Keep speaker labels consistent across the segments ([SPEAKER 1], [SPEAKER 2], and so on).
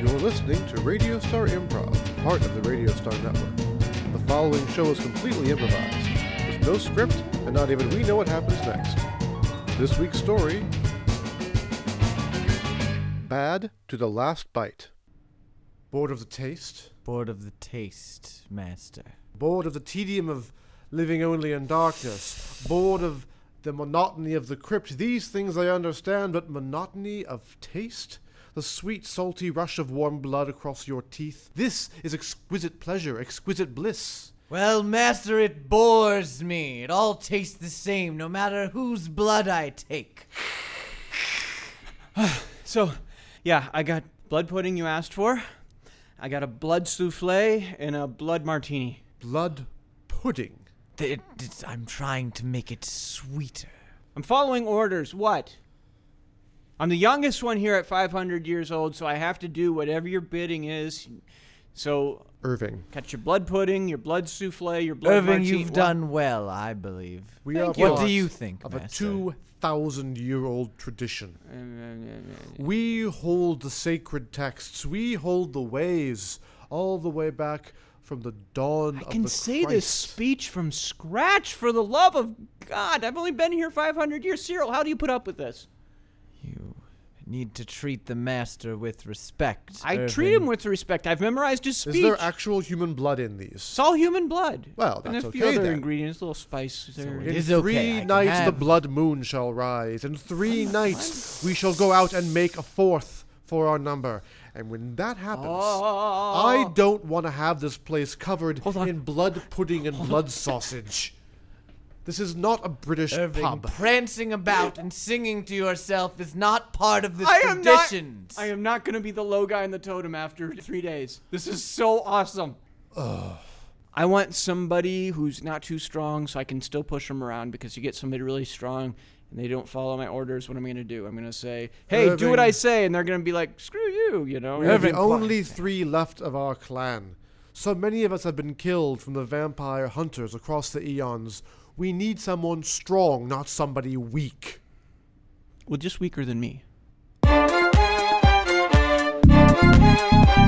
[SPEAKER 1] You're listening to Radio Star Improv, part of the Radio Star Network. The following show is completely improvised. There's no script, and not even we know what happens next. This week's story Bad to the Last Bite. Bored of the taste?
[SPEAKER 2] Bored of the taste, master.
[SPEAKER 1] Bored of the tedium of living only in darkness? Bored of the monotony of the crypt? These things I understand, but monotony of taste? The sweet, salty rush of warm blood across your teeth? This is exquisite pleasure, exquisite bliss.
[SPEAKER 2] Well, master, it bores me. It all tastes the same, no matter whose blood I take.
[SPEAKER 3] So, yeah, I got blood pudding you asked for. I got a blood souffle and a blood martini.
[SPEAKER 1] Blood pudding.
[SPEAKER 2] Th- it- it's- I'm trying to make it sweeter.
[SPEAKER 3] I'm following orders. What? I'm the youngest one here at 500 years old, so I have to do whatever your bidding is. So,
[SPEAKER 1] Irving.
[SPEAKER 3] got your blood pudding, your blood souffle, your blood
[SPEAKER 2] Irving,
[SPEAKER 3] martini.
[SPEAKER 2] you've done well, I believe.
[SPEAKER 1] We are
[SPEAKER 3] Thank you. What
[SPEAKER 2] What do
[SPEAKER 1] part
[SPEAKER 2] you think,
[SPEAKER 1] of a
[SPEAKER 2] master?
[SPEAKER 1] 2,000 year old tradition?
[SPEAKER 3] Uh, Wha-
[SPEAKER 1] We hold the sacred texts. We hold the ways all the way back from the dawn
[SPEAKER 3] I
[SPEAKER 1] of
[SPEAKER 3] can
[SPEAKER 1] the
[SPEAKER 3] say this
[SPEAKER 1] Christ.
[SPEAKER 3] speech from scratch for the love of God. I've only been here 500 years. Cyril, how do you put up with this?
[SPEAKER 2] You need to treat the master with respect.
[SPEAKER 3] I treat him
[SPEAKER 2] Irving.
[SPEAKER 3] with respect. I've memorized his speech.
[SPEAKER 1] Is there actual human blood in these?
[SPEAKER 3] It's all human blood.
[SPEAKER 1] Well,
[SPEAKER 3] and
[SPEAKER 1] that's
[SPEAKER 3] a few
[SPEAKER 1] okay
[SPEAKER 3] other
[SPEAKER 1] then.
[SPEAKER 3] ingredients, little spice there.
[SPEAKER 2] it
[SPEAKER 1] In
[SPEAKER 2] is okay,
[SPEAKER 1] three
[SPEAKER 2] I can
[SPEAKER 1] nights the
[SPEAKER 2] have-
[SPEAKER 1] blood moon shall rise. In three nights we shall go out and make a fourth for our number. And when that happens,
[SPEAKER 2] Oh.
[SPEAKER 3] Oh.
[SPEAKER 1] I don't want to have this place covered
[SPEAKER 3] Hold on.
[SPEAKER 1] in blood pudding and blood sausage. This is not a British
[SPEAKER 2] Irving,
[SPEAKER 1] pub.
[SPEAKER 2] prancing about and singing to yourself is not part of the
[SPEAKER 3] I am not.
[SPEAKER 2] traditions.
[SPEAKER 3] I am not going to be the low guy in the totem after three days. This is so awesome. I want somebody who's not too strong, so I can still push them around. Because you get somebody really strong, and they don't follow my orders. What am I going to do? I'm going to say, "Hey, do
[SPEAKER 1] Irving.
[SPEAKER 3] what I say," and they're going to be like, "Screw you," you know.
[SPEAKER 1] We are
[SPEAKER 2] Irving,
[SPEAKER 1] the
[SPEAKER 2] quiet.
[SPEAKER 1] only three left of our clan. So many of us have been killed from the vampire hunters across the eons. We need someone strong, not somebody weak.
[SPEAKER 3] Well, just weaker than me.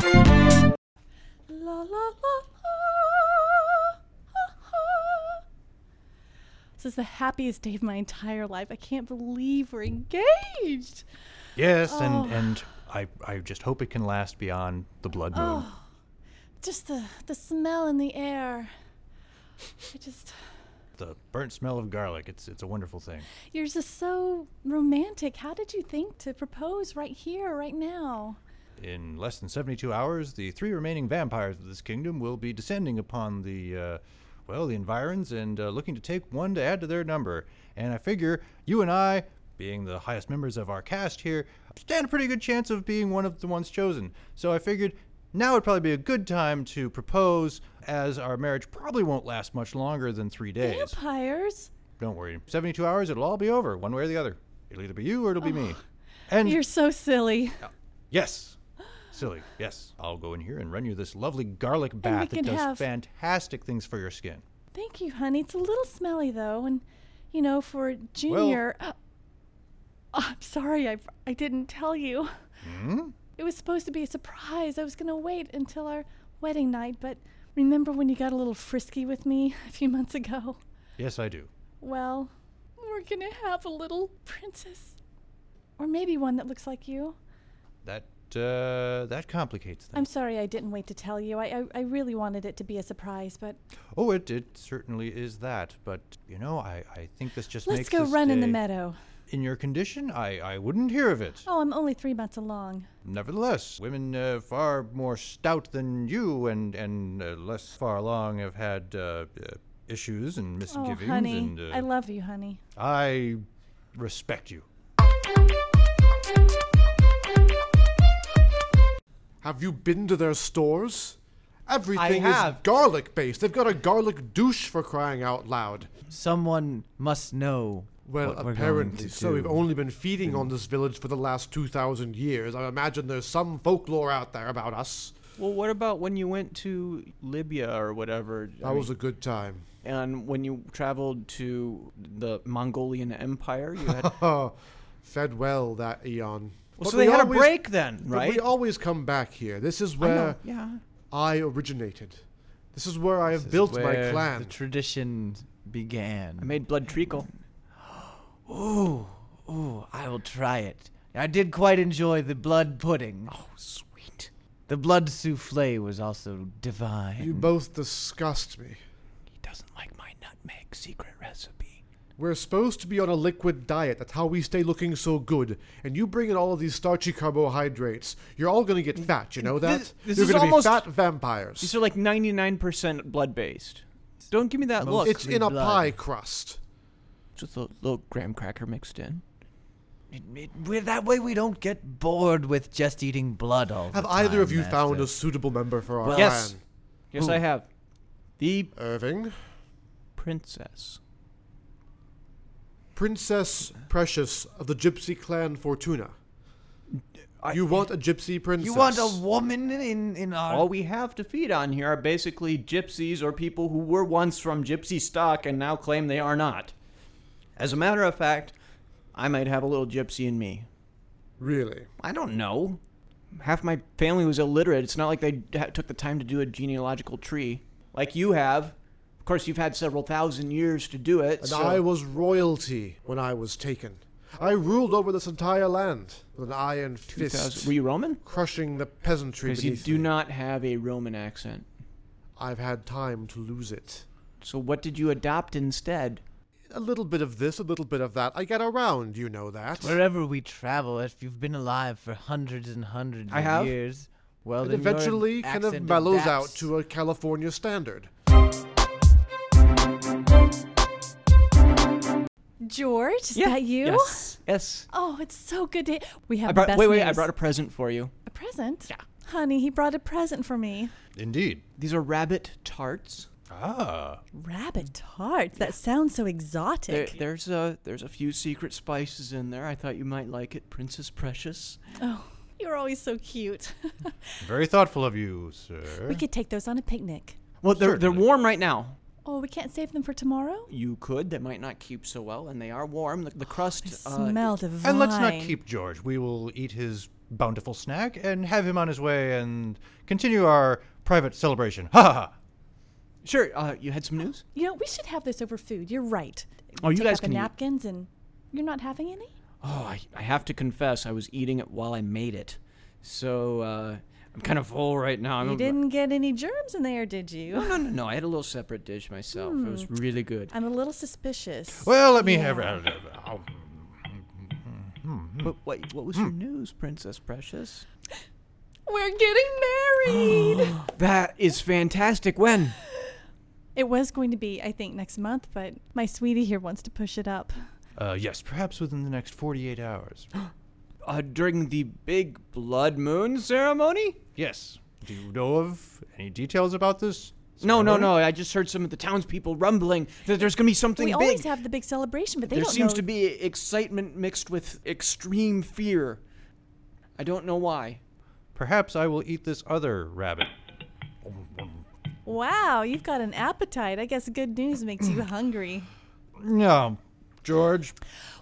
[SPEAKER 4] La la la la. Ha, ha. This is the happiest day of my entire life. I can't believe we're engaged.
[SPEAKER 5] Yes, and and I I just hope it can last beyond the blood moon.
[SPEAKER 4] Just the the smell in the air. I just
[SPEAKER 5] The burnt smell of garlic. It's it's a wonderful thing.
[SPEAKER 4] you're just so romantic. How did you think to propose right here, right now?
[SPEAKER 5] In less than 72 hours, the three remaining vampires of this kingdom will be descending upon the uh, well, the environs and uh, looking to take one to add to their number. And I figure you and I, being the highest members of our cast here, stand a pretty good chance of being one of the ones chosen. So I figured now would probably be a good time to propose as our marriage probably won't last much longer than 3 days.
[SPEAKER 4] Vampires?
[SPEAKER 5] Don't worry. 72 hours, it'll all be over, one way or the other. It'll either be you or it'll be me. And
[SPEAKER 4] Oh, You're so silly.
[SPEAKER 5] yes, silly, yes. I'll go in here and run you this lovely garlic bath
[SPEAKER 4] can
[SPEAKER 5] that does
[SPEAKER 4] have-
[SPEAKER 5] fantastic things for your skin.
[SPEAKER 4] Thank you, honey. It's a little smelly though, and you know, for junior. Oh, I'm sorry, I I didn't tell you. It was supposed to be a surprise. I was gonna wait until our wedding night, but remember when you got a little frisky with me a few months ago?
[SPEAKER 5] Yes, I do.
[SPEAKER 4] Well, we're gonna have a little princess, or maybe one that looks like you.
[SPEAKER 5] That uh, that complicates
[SPEAKER 4] I'm
[SPEAKER 5] things.
[SPEAKER 4] sorry I didn't wait to tell you. I, I I really wanted it to be a surprise, but
[SPEAKER 5] oh, it, it certainly is that. But, you know, I, I think this just
[SPEAKER 4] let's
[SPEAKER 5] makes
[SPEAKER 4] go
[SPEAKER 5] this
[SPEAKER 4] run in the
[SPEAKER 5] day-
[SPEAKER 4] meadow.
[SPEAKER 5] In your condition, I, I wouldn't hear of it.
[SPEAKER 4] Oh, I'm only three months along.
[SPEAKER 5] Nevertheless, women uh, far more stout than you and and uh, less far along have had uh, uh, issues and
[SPEAKER 4] Oh,
[SPEAKER 5] misgivings.
[SPEAKER 4] honey,
[SPEAKER 5] and
[SPEAKER 4] I
[SPEAKER 5] uh,
[SPEAKER 4] love you, honey.
[SPEAKER 5] I respect you.
[SPEAKER 1] Have you been to their stores? Everything is
[SPEAKER 3] have.
[SPEAKER 1] garlic based. They've got a garlic douche for crying out loud.
[SPEAKER 2] Someone must know.
[SPEAKER 1] Well,
[SPEAKER 2] what we're going
[SPEAKER 1] apparently
[SPEAKER 2] to
[SPEAKER 1] so. We've
[SPEAKER 2] do.
[SPEAKER 1] only been feeding on this village for the last 2,000 years. I imagine there's some folklore out there about us.
[SPEAKER 3] Well, what about when you went to Libya or whatever? I
[SPEAKER 1] That was a good time.
[SPEAKER 3] and when you traveled to the Mongolian Empire, you had
[SPEAKER 1] Oh, fed well that eon. But
[SPEAKER 2] so they
[SPEAKER 1] we
[SPEAKER 2] had
[SPEAKER 1] always-
[SPEAKER 2] a break then,
[SPEAKER 1] But
[SPEAKER 2] right?
[SPEAKER 1] we always come back here. This is
[SPEAKER 3] I know,
[SPEAKER 1] where
[SPEAKER 3] yeah.
[SPEAKER 1] I originated. This is where I have built my clan.
[SPEAKER 2] The tradition began.
[SPEAKER 3] I made blood treacle.
[SPEAKER 2] ooh, ooh, Oh, I will try it. I did quite enjoy the blood pudding.
[SPEAKER 3] Oh, sweet.
[SPEAKER 2] The blood souffle was also divine.
[SPEAKER 1] you both disgust me.
[SPEAKER 3] He doesn't like my nutmeg secret recipe.
[SPEAKER 1] We're supposed to be on a liquid diet. That's how we stay looking so good. And you bring in all of these starchy carbohydrates. You're all going to get fat, you know that?
[SPEAKER 3] This- this
[SPEAKER 1] You're
[SPEAKER 3] is
[SPEAKER 1] gonna
[SPEAKER 3] almost-
[SPEAKER 1] be fat vampires.
[SPEAKER 3] These are like 99% blood based. Don't give me that look.
[SPEAKER 1] it's in a
[SPEAKER 2] blood.
[SPEAKER 1] pie crust.
[SPEAKER 3] It's with a little graham cracker mixed in.
[SPEAKER 2] It- it- we're- that way we don't get bored with just eating blood all
[SPEAKER 1] Have
[SPEAKER 2] the
[SPEAKER 1] either of
[SPEAKER 2] time,
[SPEAKER 1] you found
[SPEAKER 2] Master.
[SPEAKER 1] a suitable member for our
[SPEAKER 2] Well-
[SPEAKER 3] Yes.
[SPEAKER 1] clan?
[SPEAKER 3] Yes, I have. The
[SPEAKER 1] Irving?
[SPEAKER 3] princess.
[SPEAKER 1] Princess Precious of the gypsy clan Fortuna.
[SPEAKER 3] I-
[SPEAKER 1] you want a gypsy princess?
[SPEAKER 2] You want a woman in in our?
[SPEAKER 3] All we have to feed on here are basically gypsies or people who were once from gypsy stock and now claim they are not. As a matter of fact, I might have a little gypsy in me.
[SPEAKER 1] Really?
[SPEAKER 3] I don't know. Half my family was illiterate. It's not like they ha- took the time to do a genealogical tree like you have. Of course, you've had several thousand years to do it.
[SPEAKER 1] And
[SPEAKER 3] so-
[SPEAKER 1] I was royalty when I was taken. I ruled over this entire land with an iron
[SPEAKER 3] 2000
[SPEAKER 1] fist,
[SPEAKER 3] Were you Roman?
[SPEAKER 1] crushing the peasantry
[SPEAKER 3] Because you
[SPEAKER 1] beneath
[SPEAKER 3] do
[SPEAKER 1] me.
[SPEAKER 3] not have a Roman accent.
[SPEAKER 1] I've had time to lose it.
[SPEAKER 3] So what did you adopt instead?
[SPEAKER 1] A little bit of this, a little bit of that. I get around, you know that.
[SPEAKER 2] Wherever we travel, if you've been alive for hundreds and hundreds
[SPEAKER 3] I
[SPEAKER 2] of
[SPEAKER 3] have.
[SPEAKER 2] years, well,
[SPEAKER 1] It
[SPEAKER 2] then your
[SPEAKER 1] eventually kind of
[SPEAKER 2] accent
[SPEAKER 1] mellows out
[SPEAKER 2] adapts.
[SPEAKER 1] to a California standard.
[SPEAKER 4] George, is that you?
[SPEAKER 3] Yes. Yes.
[SPEAKER 4] Oh, it's so good to. We have
[SPEAKER 3] I
[SPEAKER 4] the
[SPEAKER 3] brought,
[SPEAKER 4] best
[SPEAKER 3] wait, wait. I
[SPEAKER 4] news.
[SPEAKER 3] brought a present for you.
[SPEAKER 4] a present. Yeah. Honey, he brought a present for me.
[SPEAKER 5] Indeed.
[SPEAKER 3] These are rabbit tarts.
[SPEAKER 5] Ah.
[SPEAKER 4] Rabbit tarts. That sounds so
[SPEAKER 3] There,
[SPEAKER 4] exotic.
[SPEAKER 3] there's a there's a few secret spices in there. I thought you might like it, Princess Precious.
[SPEAKER 4] oh, you're always so cute.
[SPEAKER 5] Very thoughtful of you, sir.
[SPEAKER 4] we could take those on a picnic.
[SPEAKER 3] Well, they're they're
[SPEAKER 5] Certainly.
[SPEAKER 3] warm right now.
[SPEAKER 4] Oh, we can't save them for tomorrow.
[SPEAKER 3] You could. They might not keep so well, and they are warm. The, the crust.
[SPEAKER 4] Oh, They
[SPEAKER 3] uh,
[SPEAKER 4] smell divine.
[SPEAKER 5] and let's not keep George. We will eat his bountiful snack and have him on his way and continue our private celebration. Ha ha, ha!
[SPEAKER 3] Sure. Uh, you had some news.
[SPEAKER 4] You know, we should have this over food. You're right.
[SPEAKER 3] Oh, you
[SPEAKER 4] Take
[SPEAKER 3] guys
[SPEAKER 4] out the
[SPEAKER 3] can eat.
[SPEAKER 4] napkins and you're not having any.
[SPEAKER 3] Oh, I, I have to confess, I was eating it while I made it, so uh, I'm kind of full right now. I'm
[SPEAKER 4] You didn't get any germs in there, did you?
[SPEAKER 3] No, no, no. I had a little separate dish myself. It
[SPEAKER 4] Hmm.
[SPEAKER 3] was really good.
[SPEAKER 4] I'm a little suspicious.
[SPEAKER 5] Well, let me have.
[SPEAKER 4] Yeah.
[SPEAKER 5] oh,
[SPEAKER 3] But what what was your news, Princess Precious?
[SPEAKER 4] We're getting married.
[SPEAKER 3] That is fantastic. When?
[SPEAKER 4] it was going to be, I think, next month, but my sweetie here wants to push it up.
[SPEAKER 5] Uh, yes, perhaps within the next 48 hours.
[SPEAKER 3] Uh, during the big blood moon ceremony?
[SPEAKER 5] yes. Do you know of any details about this?
[SPEAKER 3] No, no,
[SPEAKER 5] ceremony?
[SPEAKER 3] no. I just heard some of the townspeople rumbling that there's gonna be something
[SPEAKER 4] we
[SPEAKER 3] big.
[SPEAKER 4] always have the big celebration, but they
[SPEAKER 3] there
[SPEAKER 4] don't
[SPEAKER 3] seems
[SPEAKER 4] know.
[SPEAKER 3] to be excitement mixed with extreme fear. I don't know why.
[SPEAKER 5] Perhaps I will eat this other rabbit.
[SPEAKER 4] Wow, you've got an appetite. I guess good news makes you hungry.
[SPEAKER 5] No, George.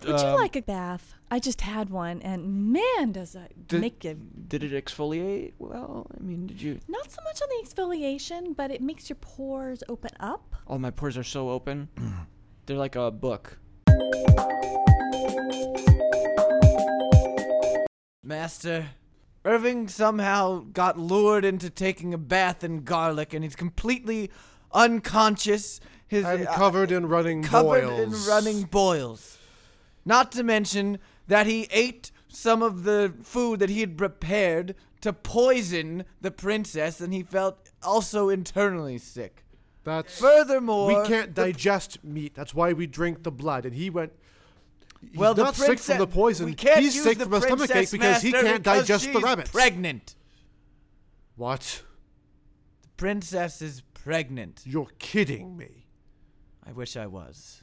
[SPEAKER 4] Would you like a bath? I just had one, and man, does it
[SPEAKER 3] Did-
[SPEAKER 4] make you.
[SPEAKER 3] Did it exfoliate? Well, I mean, did you?
[SPEAKER 4] Not so much on the exfoliation, but it makes your pores open up.
[SPEAKER 3] All Oh, my pores are so open. They're like a book.
[SPEAKER 2] Master, Irving somehow got lured into taking a bath in garlic, and he's completely unconscious. His
[SPEAKER 1] And
[SPEAKER 2] uh,
[SPEAKER 1] covered in running
[SPEAKER 2] covered
[SPEAKER 1] boils.
[SPEAKER 2] in running boils. Not to mention that he ate some of the food that he had prepared to poison the princess, and he felt also internally sick.
[SPEAKER 1] That's
[SPEAKER 2] Furthermore,
[SPEAKER 1] we can't
[SPEAKER 2] the-
[SPEAKER 1] digest meat. That's why we drink the blood. And he went. He's
[SPEAKER 2] well,
[SPEAKER 1] not
[SPEAKER 2] the
[SPEAKER 1] sick
[SPEAKER 2] princess,
[SPEAKER 1] from the poison.
[SPEAKER 2] We can't
[SPEAKER 1] he's
[SPEAKER 2] use
[SPEAKER 1] sick
[SPEAKER 2] the
[SPEAKER 1] from a
[SPEAKER 2] princess,
[SPEAKER 1] stomachache because he
[SPEAKER 2] master,
[SPEAKER 1] can't
[SPEAKER 2] because
[SPEAKER 1] digest the
[SPEAKER 2] she's
[SPEAKER 1] rabbit.
[SPEAKER 2] Pregnant.
[SPEAKER 1] What?
[SPEAKER 2] The princess is pregnant.
[SPEAKER 1] You're kidding me.
[SPEAKER 2] I wish I was.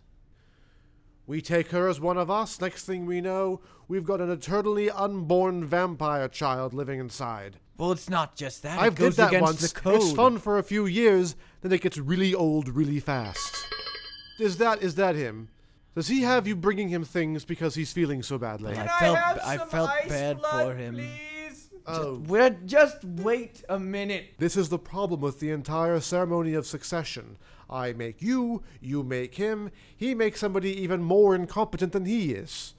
[SPEAKER 1] We take her as one of us. Next thing we know, we've got an eternally unborn vampire child living inside.
[SPEAKER 2] Well, it's not just that.
[SPEAKER 1] I've
[SPEAKER 2] it goes
[SPEAKER 1] did that
[SPEAKER 2] against
[SPEAKER 1] once.
[SPEAKER 2] the code.
[SPEAKER 1] It's fun for a few years, then it gets really old really fast. Is that is that him? Does he have you bringing him things because he's feeling so badly?
[SPEAKER 2] I felt I felt bad for him.
[SPEAKER 1] Oh.
[SPEAKER 2] We're just wait a minute.
[SPEAKER 1] This is the problem with the entire ceremony of succession. I make you, you make him, he makes somebody even more incompetent than he is.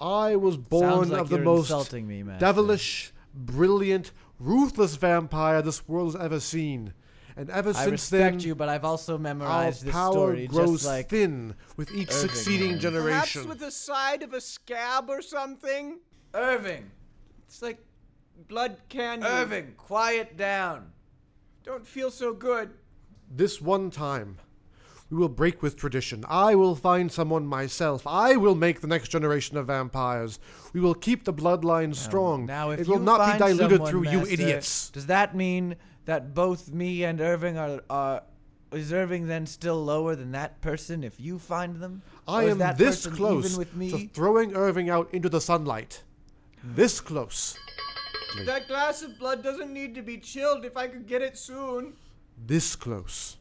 [SPEAKER 1] I was born
[SPEAKER 2] Sounds like
[SPEAKER 1] of the
[SPEAKER 2] you're
[SPEAKER 1] most
[SPEAKER 2] insulting me, Master.
[SPEAKER 1] devilish, brilliant, ruthless vampire this world has ever seen. And ever
[SPEAKER 2] I
[SPEAKER 1] since
[SPEAKER 2] respect
[SPEAKER 1] then,
[SPEAKER 2] you, but I've also
[SPEAKER 1] our
[SPEAKER 2] memorized this
[SPEAKER 1] power
[SPEAKER 2] story
[SPEAKER 1] grows
[SPEAKER 2] just like
[SPEAKER 1] thin with each
[SPEAKER 2] Irving
[SPEAKER 1] succeeding
[SPEAKER 2] has.
[SPEAKER 1] generation.
[SPEAKER 3] Perhaps with the side of a scab or something.
[SPEAKER 2] Irving.
[SPEAKER 3] It's like blood candy.
[SPEAKER 2] Irving, quiet down.
[SPEAKER 3] Don't feel so good.
[SPEAKER 1] this one time, we will break with tradition. I will find someone myself. I will make the next generation of vampires. We will keep the bloodline strong.
[SPEAKER 2] Now, if
[SPEAKER 1] it will
[SPEAKER 2] you
[SPEAKER 1] not be
[SPEAKER 2] find
[SPEAKER 1] diluted
[SPEAKER 2] someone,
[SPEAKER 1] through you
[SPEAKER 2] Master,
[SPEAKER 1] idiots.
[SPEAKER 2] Does that mean that both me and Irving are are is Irving then still lower than that person if you find them?
[SPEAKER 1] I
[SPEAKER 2] Or is
[SPEAKER 1] am
[SPEAKER 2] that
[SPEAKER 1] this
[SPEAKER 2] person
[SPEAKER 1] close
[SPEAKER 2] even with me.
[SPEAKER 1] to throwing Irving out into the sunlight. This close.
[SPEAKER 3] That glass of blood doesn't need to be chilled if I could get it soon.
[SPEAKER 1] This close.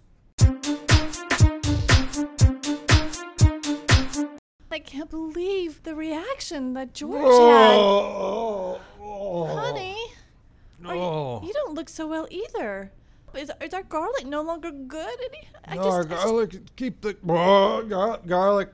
[SPEAKER 4] I can't believe the reaction that George
[SPEAKER 5] Oh,
[SPEAKER 4] had. Honey, are
[SPEAKER 5] Oh.
[SPEAKER 4] you, you don't look so well either. Is, is our garlic no longer good? Any, I
[SPEAKER 5] Our
[SPEAKER 4] just, I just-
[SPEAKER 5] garlic, keep the oh, gar- garlic.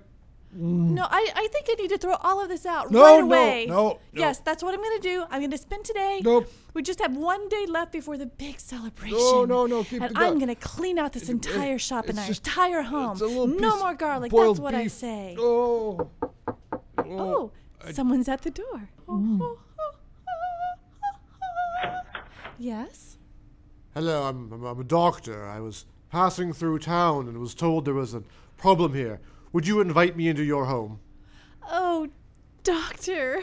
[SPEAKER 5] Mm.
[SPEAKER 4] no, I, I think I need to throw all of this out
[SPEAKER 5] No,
[SPEAKER 4] right
[SPEAKER 5] no,
[SPEAKER 4] away.
[SPEAKER 5] no, no.
[SPEAKER 4] Yes, that's what I'm going to do. I'm going to spend today.
[SPEAKER 5] Nope.
[SPEAKER 4] We just have one day left before the big celebration.
[SPEAKER 5] No, no, no, keep
[SPEAKER 4] And
[SPEAKER 5] the gar-
[SPEAKER 4] I'm going to clean out this entire shop and
[SPEAKER 5] it's
[SPEAKER 4] our
[SPEAKER 5] just-
[SPEAKER 4] entire home.
[SPEAKER 5] It's a little
[SPEAKER 4] no
[SPEAKER 5] piece
[SPEAKER 4] more
[SPEAKER 5] of
[SPEAKER 4] garlic. That's
[SPEAKER 5] boiled
[SPEAKER 4] what I
[SPEAKER 5] beef.
[SPEAKER 4] say.
[SPEAKER 5] Oh,
[SPEAKER 4] Oh, someone's at the door.
[SPEAKER 5] Mm.
[SPEAKER 4] Oh, Yes?
[SPEAKER 1] Hello, I'm, I'm, I'm a doctor. I was passing through town and was told there was a problem here. Would you invite me into your home?
[SPEAKER 4] Oh, doctor.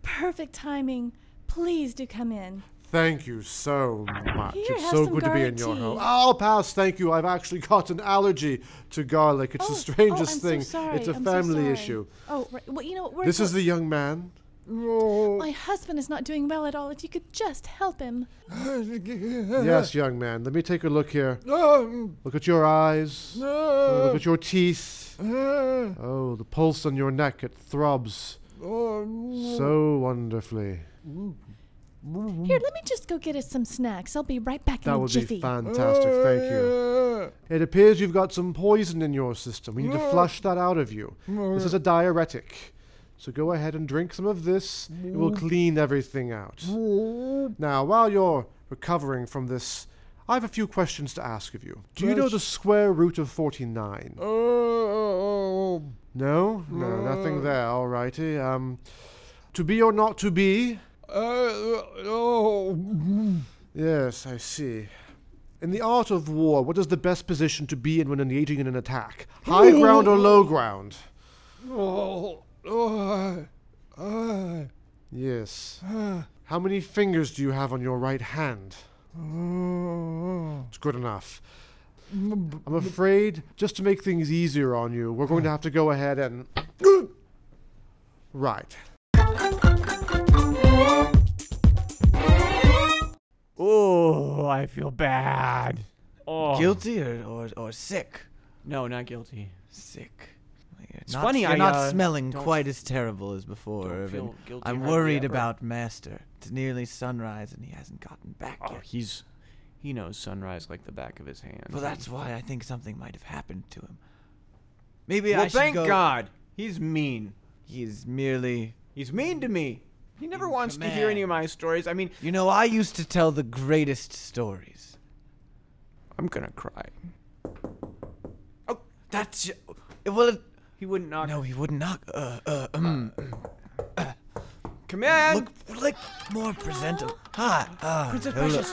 [SPEAKER 4] Perfect timing. Please do come in.
[SPEAKER 1] Thank you so much.
[SPEAKER 4] Here,
[SPEAKER 1] it's
[SPEAKER 4] have
[SPEAKER 1] so
[SPEAKER 4] some
[SPEAKER 1] good to be in
[SPEAKER 4] garlic
[SPEAKER 1] your home.
[SPEAKER 4] tea.
[SPEAKER 1] I'll pass, thank you. I've actually got an allergy to garlic. It's
[SPEAKER 4] oh,
[SPEAKER 1] the strangest
[SPEAKER 4] oh, I'm
[SPEAKER 1] thing.
[SPEAKER 4] So sorry.
[SPEAKER 1] It's a
[SPEAKER 4] I'm so
[SPEAKER 1] family
[SPEAKER 4] sorry.
[SPEAKER 1] issue.
[SPEAKER 4] Oh, right. Well, you know, what, we're
[SPEAKER 1] This
[SPEAKER 4] go-
[SPEAKER 1] is the young man.
[SPEAKER 4] my husband is not doing well at all. If you could just help him.
[SPEAKER 1] yes, young man. Let me take a look here.
[SPEAKER 5] no,
[SPEAKER 1] Look at your eyes. Uh, look at your teeth.
[SPEAKER 5] no.
[SPEAKER 1] Oh, the pulse on your neck. It throbs
[SPEAKER 5] Oh,
[SPEAKER 1] so wonderfully.
[SPEAKER 4] Here, let me just go get us some snacks. I'll be right back
[SPEAKER 1] That
[SPEAKER 4] in a
[SPEAKER 1] would
[SPEAKER 4] jiffy.
[SPEAKER 1] be fantastic. Thank you. It appears you've got some poison in your system. We need to flush that out of you. This is a diuretic. So go ahead and drink some of this. It will clean everything out. Now, while you're recovering from this, I have a few questions to ask of you. Do you know the square root of 49?
[SPEAKER 5] Oh,
[SPEAKER 1] No? No, nothing there. Alrighty. Um, to be or not to be? Yes, I see. In the art of war, what is the best position to be in when engaging in an attack? High ground or low ground? Yes. How many fingers do you have on your right hand? It's good enough. I'm afraid, just to make things easier on you, we're going to have to go ahead and. Right.
[SPEAKER 3] Oh, I feel bad. Oh.
[SPEAKER 2] Guilty or, or, or sick?
[SPEAKER 3] No, not guilty.
[SPEAKER 2] Sick.
[SPEAKER 3] It's
[SPEAKER 2] not,
[SPEAKER 3] funny,
[SPEAKER 2] You're
[SPEAKER 3] I,
[SPEAKER 2] not
[SPEAKER 3] uh,
[SPEAKER 2] smelling
[SPEAKER 3] don't-
[SPEAKER 2] quite as terrible as before,
[SPEAKER 3] don't
[SPEAKER 2] Irving.
[SPEAKER 3] feel guilty
[SPEAKER 2] I'm
[SPEAKER 3] hardly
[SPEAKER 2] worried
[SPEAKER 3] ever.
[SPEAKER 2] about Master. It's nearly sunrise and he hasn't gotten back
[SPEAKER 3] Oh,
[SPEAKER 2] yet.
[SPEAKER 3] he's he knows sunrise like the back of his hand.
[SPEAKER 2] Well, that's why I think something might have happened to him. Maybe
[SPEAKER 3] well,
[SPEAKER 2] I should
[SPEAKER 3] thank
[SPEAKER 2] go.
[SPEAKER 3] God. He's mean.
[SPEAKER 2] He's merely.
[SPEAKER 3] He's mean to me. He never wants to hear
[SPEAKER 2] command.
[SPEAKER 3] any of my stories. I mean,
[SPEAKER 2] You know, I used to tell the greatest stories.
[SPEAKER 3] I'm gonna cry.
[SPEAKER 2] Oh, that's ju- well. It,
[SPEAKER 3] He wouldn't knock.
[SPEAKER 2] no, he would not. Uh, uh, um,
[SPEAKER 3] Come in.
[SPEAKER 2] look like more presentable. Hi, uh,
[SPEAKER 3] Princess
[SPEAKER 2] hello.
[SPEAKER 3] Precious.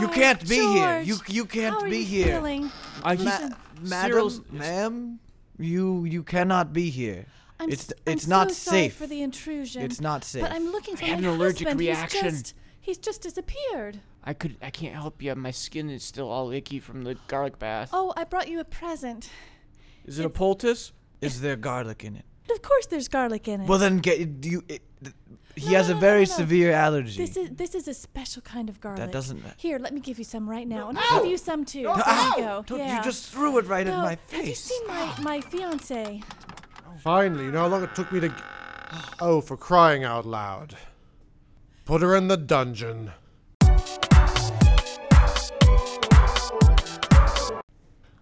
[SPEAKER 2] You
[SPEAKER 4] Hi,
[SPEAKER 2] can't be here. You
[SPEAKER 4] George.
[SPEAKER 2] you can't
[SPEAKER 4] How are
[SPEAKER 2] be
[SPEAKER 4] you
[SPEAKER 2] here.
[SPEAKER 4] Feeling?
[SPEAKER 3] I, he's,
[SPEAKER 2] Ma-
[SPEAKER 3] Cyril's-
[SPEAKER 2] madam, ma'am, you you cannot be here.
[SPEAKER 4] I'm
[SPEAKER 2] it's
[SPEAKER 4] s- I'm
[SPEAKER 2] it's not
[SPEAKER 4] so sorry
[SPEAKER 2] safe.
[SPEAKER 4] for the intrusion.
[SPEAKER 2] It's not safe.
[SPEAKER 4] But I'm looking for
[SPEAKER 3] had
[SPEAKER 4] my
[SPEAKER 3] an allergic
[SPEAKER 4] husband.
[SPEAKER 3] reaction.
[SPEAKER 4] He's just, he's just disappeared.
[SPEAKER 3] I could. I can't help you. My skin is still all icky from the garlic bath.
[SPEAKER 4] Oh, I brought you a present.
[SPEAKER 3] is it a poultice?
[SPEAKER 2] Is there garlic in it?
[SPEAKER 4] Of course, there's garlic in it.
[SPEAKER 2] Well, then get do you. It, th- he
[SPEAKER 4] No,
[SPEAKER 2] has
[SPEAKER 4] no,
[SPEAKER 2] a
[SPEAKER 4] no,
[SPEAKER 2] very
[SPEAKER 4] no, no.
[SPEAKER 2] severe allergy.
[SPEAKER 4] This is this is a special kind of garlic.
[SPEAKER 2] doesn't ma-
[SPEAKER 4] Here, let me give you some right now, and I'll give you some too. There
[SPEAKER 2] Ow!
[SPEAKER 4] you go.
[SPEAKER 2] Don't-
[SPEAKER 4] yeah.
[SPEAKER 2] You just threw it right
[SPEAKER 4] no,
[SPEAKER 2] in my
[SPEAKER 4] Have you
[SPEAKER 2] face.
[SPEAKER 4] seen my my fiance?
[SPEAKER 1] Finally, you know how long it took me to. g- Oh, for crying out loud. Put her in the dungeon.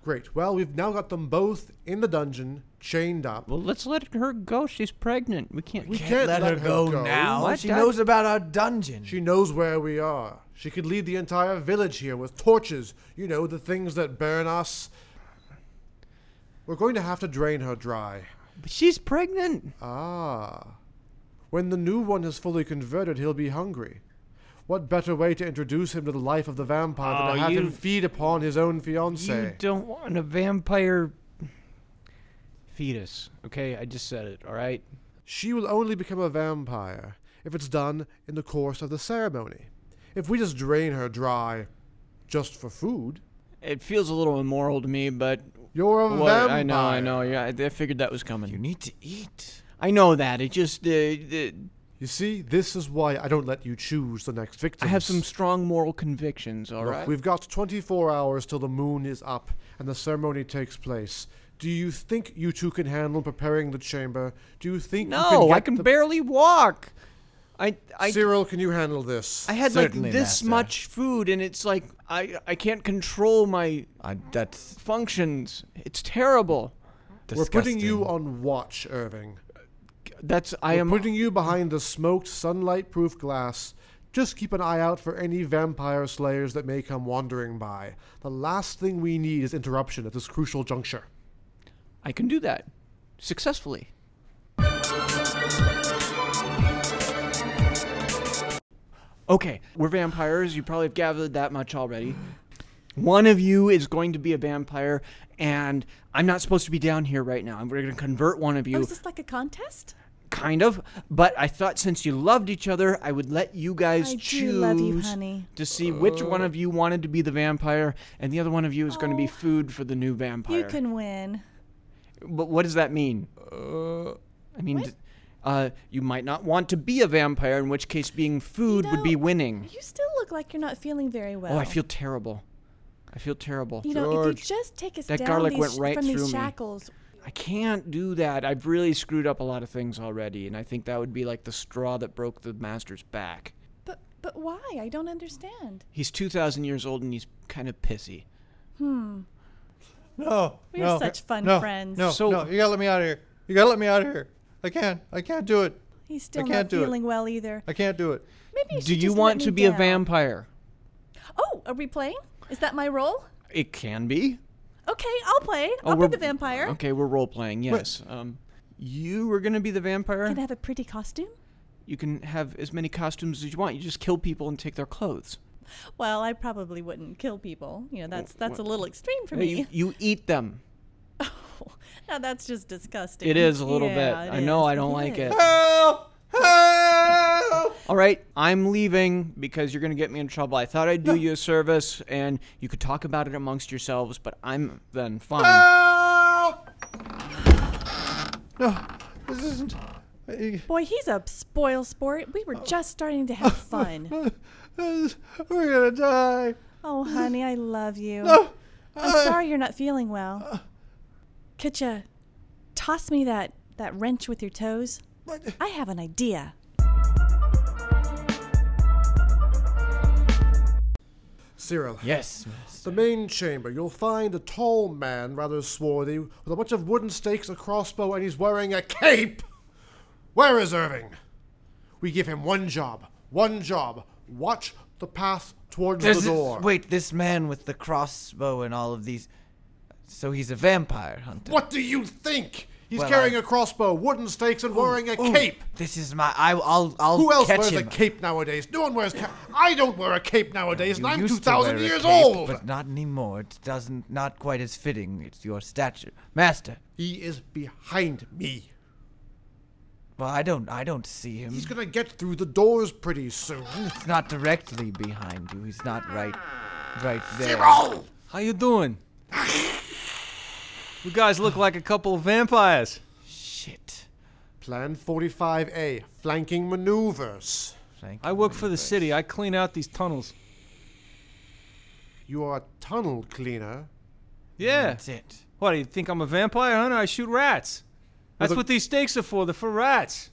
[SPEAKER 1] Great. Well, we've now got them both in the dungeon, chained up.
[SPEAKER 3] Well, let's let her go. She's pregnant. We can't.
[SPEAKER 1] We
[SPEAKER 2] Can't, let, her, go, now.
[SPEAKER 3] What?
[SPEAKER 2] She
[SPEAKER 3] That-
[SPEAKER 2] knows about our dungeon.
[SPEAKER 1] She knows where we are. She could lead the entire village here with torches. You know, the things that burn us. We're going to have to drain her dry.
[SPEAKER 3] She's pregnant.
[SPEAKER 1] Ah. When the new one is fully converted, he'll be hungry. What better way to introduce him to the life of the vampire than
[SPEAKER 3] Oh,
[SPEAKER 1] to have
[SPEAKER 3] you-
[SPEAKER 1] him feed upon his own fiancée?
[SPEAKER 3] You don't want a vampire fetus. Okay, I just said it. All right.
[SPEAKER 1] She will only become a vampire if it's done in the course of the ceremony. If we just drain her dry just for food,
[SPEAKER 3] It feels a little immoral to me, but
[SPEAKER 1] you're a
[SPEAKER 3] what,
[SPEAKER 1] vampire.
[SPEAKER 3] I know, I know. Yeah, I, I figured that was
[SPEAKER 2] you
[SPEAKER 3] coming.
[SPEAKER 2] need to eat.
[SPEAKER 3] I know that. It just, uh, uh,
[SPEAKER 1] You see, this is why I don't let you choose the next victim.
[SPEAKER 3] I have some strong moral convictions. All
[SPEAKER 1] Look,
[SPEAKER 3] right.
[SPEAKER 1] We've got 24 hours till the moon is up and the ceremony takes place. Do you think you two can handle preparing the chamber? Do you think you
[SPEAKER 3] No, I
[SPEAKER 1] get
[SPEAKER 3] can
[SPEAKER 1] the-
[SPEAKER 3] barely walk. I, I,
[SPEAKER 1] Cyril, can you handle this?
[SPEAKER 3] I had
[SPEAKER 2] Certainly,
[SPEAKER 3] like this
[SPEAKER 2] Master.
[SPEAKER 3] much food, and it's like I, I can't control my
[SPEAKER 2] I, that's
[SPEAKER 3] functions. It's terrible.
[SPEAKER 1] We're
[SPEAKER 2] disgusting.
[SPEAKER 1] putting you on watch, Irving.
[SPEAKER 3] That's I
[SPEAKER 1] We're
[SPEAKER 3] am.
[SPEAKER 1] putting you behind the smoked, sunlight-proof glass. Just keep an eye out for any vampire slayers that may come wandering by. The last thing we need is interruption at this crucial juncture.
[SPEAKER 3] I can do that successfully. Okay, we're vampires. You probably have gathered that much already. One of you is going to be a vampire, and I'm not supposed to be down here right now. We're going to convert one of you.
[SPEAKER 4] Oh, is this like a contest?
[SPEAKER 3] kind of. But I thought since you loved each other, I would let you guys
[SPEAKER 4] I
[SPEAKER 3] choose
[SPEAKER 4] do love you, honey.
[SPEAKER 3] to see which one of you wanted to be the vampire, and the other one of you is going to be
[SPEAKER 4] Oh.
[SPEAKER 3] food for the new vampire.
[SPEAKER 4] You can win.
[SPEAKER 3] But what does that mean? Uh, I mean,
[SPEAKER 4] What?
[SPEAKER 3] d- uh, you might not want to be a vampire, in which case being food would be
[SPEAKER 4] know,
[SPEAKER 3] winning.
[SPEAKER 4] You still look like you're not feeling very well.
[SPEAKER 3] Oh, I feel terrible. I feel terrible.
[SPEAKER 4] You know, if
[SPEAKER 5] George,
[SPEAKER 4] you just take us
[SPEAKER 3] that
[SPEAKER 4] down
[SPEAKER 3] garlic
[SPEAKER 4] these
[SPEAKER 3] went
[SPEAKER 4] sh-
[SPEAKER 3] right
[SPEAKER 4] from
[SPEAKER 3] through me.
[SPEAKER 4] these shackles,
[SPEAKER 3] I can't do that. I've really screwed up a lot of things already, and I think that would be like the straw that broke the master's back.
[SPEAKER 4] but but why? I don't understand.
[SPEAKER 3] He's 2,000 years old and he's kind of pissy.
[SPEAKER 5] No.
[SPEAKER 4] We
[SPEAKER 5] no,
[SPEAKER 4] are such fun
[SPEAKER 5] no,
[SPEAKER 4] friends.
[SPEAKER 5] No,
[SPEAKER 3] So-
[SPEAKER 5] no, you gotta let me out of here. You gotta let me out of here. I can't. I can't do it.
[SPEAKER 4] He's still
[SPEAKER 5] can't
[SPEAKER 4] not
[SPEAKER 5] do it.
[SPEAKER 4] feeling well either.
[SPEAKER 5] I can't do it.
[SPEAKER 4] Maybe you should
[SPEAKER 3] Do you
[SPEAKER 4] just let
[SPEAKER 3] want
[SPEAKER 4] me
[SPEAKER 3] to be a
[SPEAKER 4] down.
[SPEAKER 3] vampire?
[SPEAKER 4] Oh, are we playing? Is that my role?
[SPEAKER 3] It can be.
[SPEAKER 4] Okay, I'll play. I'll
[SPEAKER 3] Oh,
[SPEAKER 4] be
[SPEAKER 3] we're-
[SPEAKER 4] the vampire.
[SPEAKER 3] Okay, we're role playing. Yes. Um, you were gonna be the vampire.
[SPEAKER 4] Can I have a pretty costume?
[SPEAKER 3] you can have as many costumes as you want. You just kill people and take their clothes.
[SPEAKER 4] Well, I probably wouldn't kill people. You know, that's that's a little extreme for
[SPEAKER 3] No, you,
[SPEAKER 4] me.
[SPEAKER 3] you eat them.
[SPEAKER 4] now that's just disgusting.
[SPEAKER 3] It is a little
[SPEAKER 4] Yeah,
[SPEAKER 3] bit.
[SPEAKER 4] it
[SPEAKER 3] I know.
[SPEAKER 4] is.
[SPEAKER 3] I don't like it.
[SPEAKER 4] is. Oh,
[SPEAKER 5] Help! Help!
[SPEAKER 3] All right, I'm leaving because you're gonna get me in trouble. I thought I'd do you a service, and you could talk about it amongst yourselves. But I'm then
[SPEAKER 5] Hmm.
[SPEAKER 3] fine.
[SPEAKER 5] Help! No, this isn't. I-
[SPEAKER 4] Boy, he's a spoil sport. We were
[SPEAKER 3] Oh.
[SPEAKER 4] just starting to have fun.
[SPEAKER 5] We're gonna die.
[SPEAKER 4] oh, honey, I love you.
[SPEAKER 5] No.
[SPEAKER 4] I'm
[SPEAKER 3] Uh.
[SPEAKER 5] I-
[SPEAKER 4] sorry you're not feeling well. Could you toss me that that wrench with your toes?
[SPEAKER 5] What?
[SPEAKER 4] I have an idea.
[SPEAKER 1] Cyril,
[SPEAKER 2] Yes.
[SPEAKER 1] The main chamber, you'll find a tall man, rather swarthy, with a bunch of wooden stakes, a crossbow, and he's wearing a cape! Where is Irving? We give him one job. One job. Watch the path towards
[SPEAKER 2] There's
[SPEAKER 1] the door.
[SPEAKER 2] wait, this man with the crossbow and all of these. So he's a vampire hunter.
[SPEAKER 1] What do you think? He's
[SPEAKER 2] Well,
[SPEAKER 1] carrying
[SPEAKER 2] I-
[SPEAKER 1] a crossbow, wooden stakes, and wearing a
[SPEAKER 2] Ooh,
[SPEAKER 1] cape.
[SPEAKER 2] This is my. I, I'll. I'll
[SPEAKER 1] Who else
[SPEAKER 2] catch
[SPEAKER 1] wears
[SPEAKER 2] him.
[SPEAKER 1] a cape nowadays? No one wears. Ca- I don't wear a cape nowadays,
[SPEAKER 2] You
[SPEAKER 1] and I'm
[SPEAKER 2] used
[SPEAKER 1] two
[SPEAKER 2] to
[SPEAKER 1] thousand
[SPEAKER 2] wear a
[SPEAKER 1] years
[SPEAKER 2] cape,
[SPEAKER 1] old.
[SPEAKER 2] But not anymore. It doesn't. Not quite as fitting. It's your stature, master.
[SPEAKER 1] He is behind me.
[SPEAKER 2] Well, I don't. I don't see him.
[SPEAKER 1] He's gonna get through the doors pretty soon.
[SPEAKER 2] It's not directly behind you. He's not right. Right there.
[SPEAKER 1] Cyril!
[SPEAKER 6] How you doing? you guys look like a couple of vampires.
[SPEAKER 2] Shit.
[SPEAKER 1] Plan 45A Flanking Maneuvers.
[SPEAKER 2] Thank
[SPEAKER 6] I
[SPEAKER 2] you,
[SPEAKER 6] work
[SPEAKER 2] Mr.
[SPEAKER 6] for the
[SPEAKER 2] Price.
[SPEAKER 6] city. I clean out these tunnels.
[SPEAKER 1] You are a tunnel cleaner.
[SPEAKER 6] Yeah.
[SPEAKER 2] That's it.
[SPEAKER 6] What, do you think I'm a vampire hunter? I shoot rats. That's
[SPEAKER 1] the-
[SPEAKER 6] what these stakes are for. They're for rats.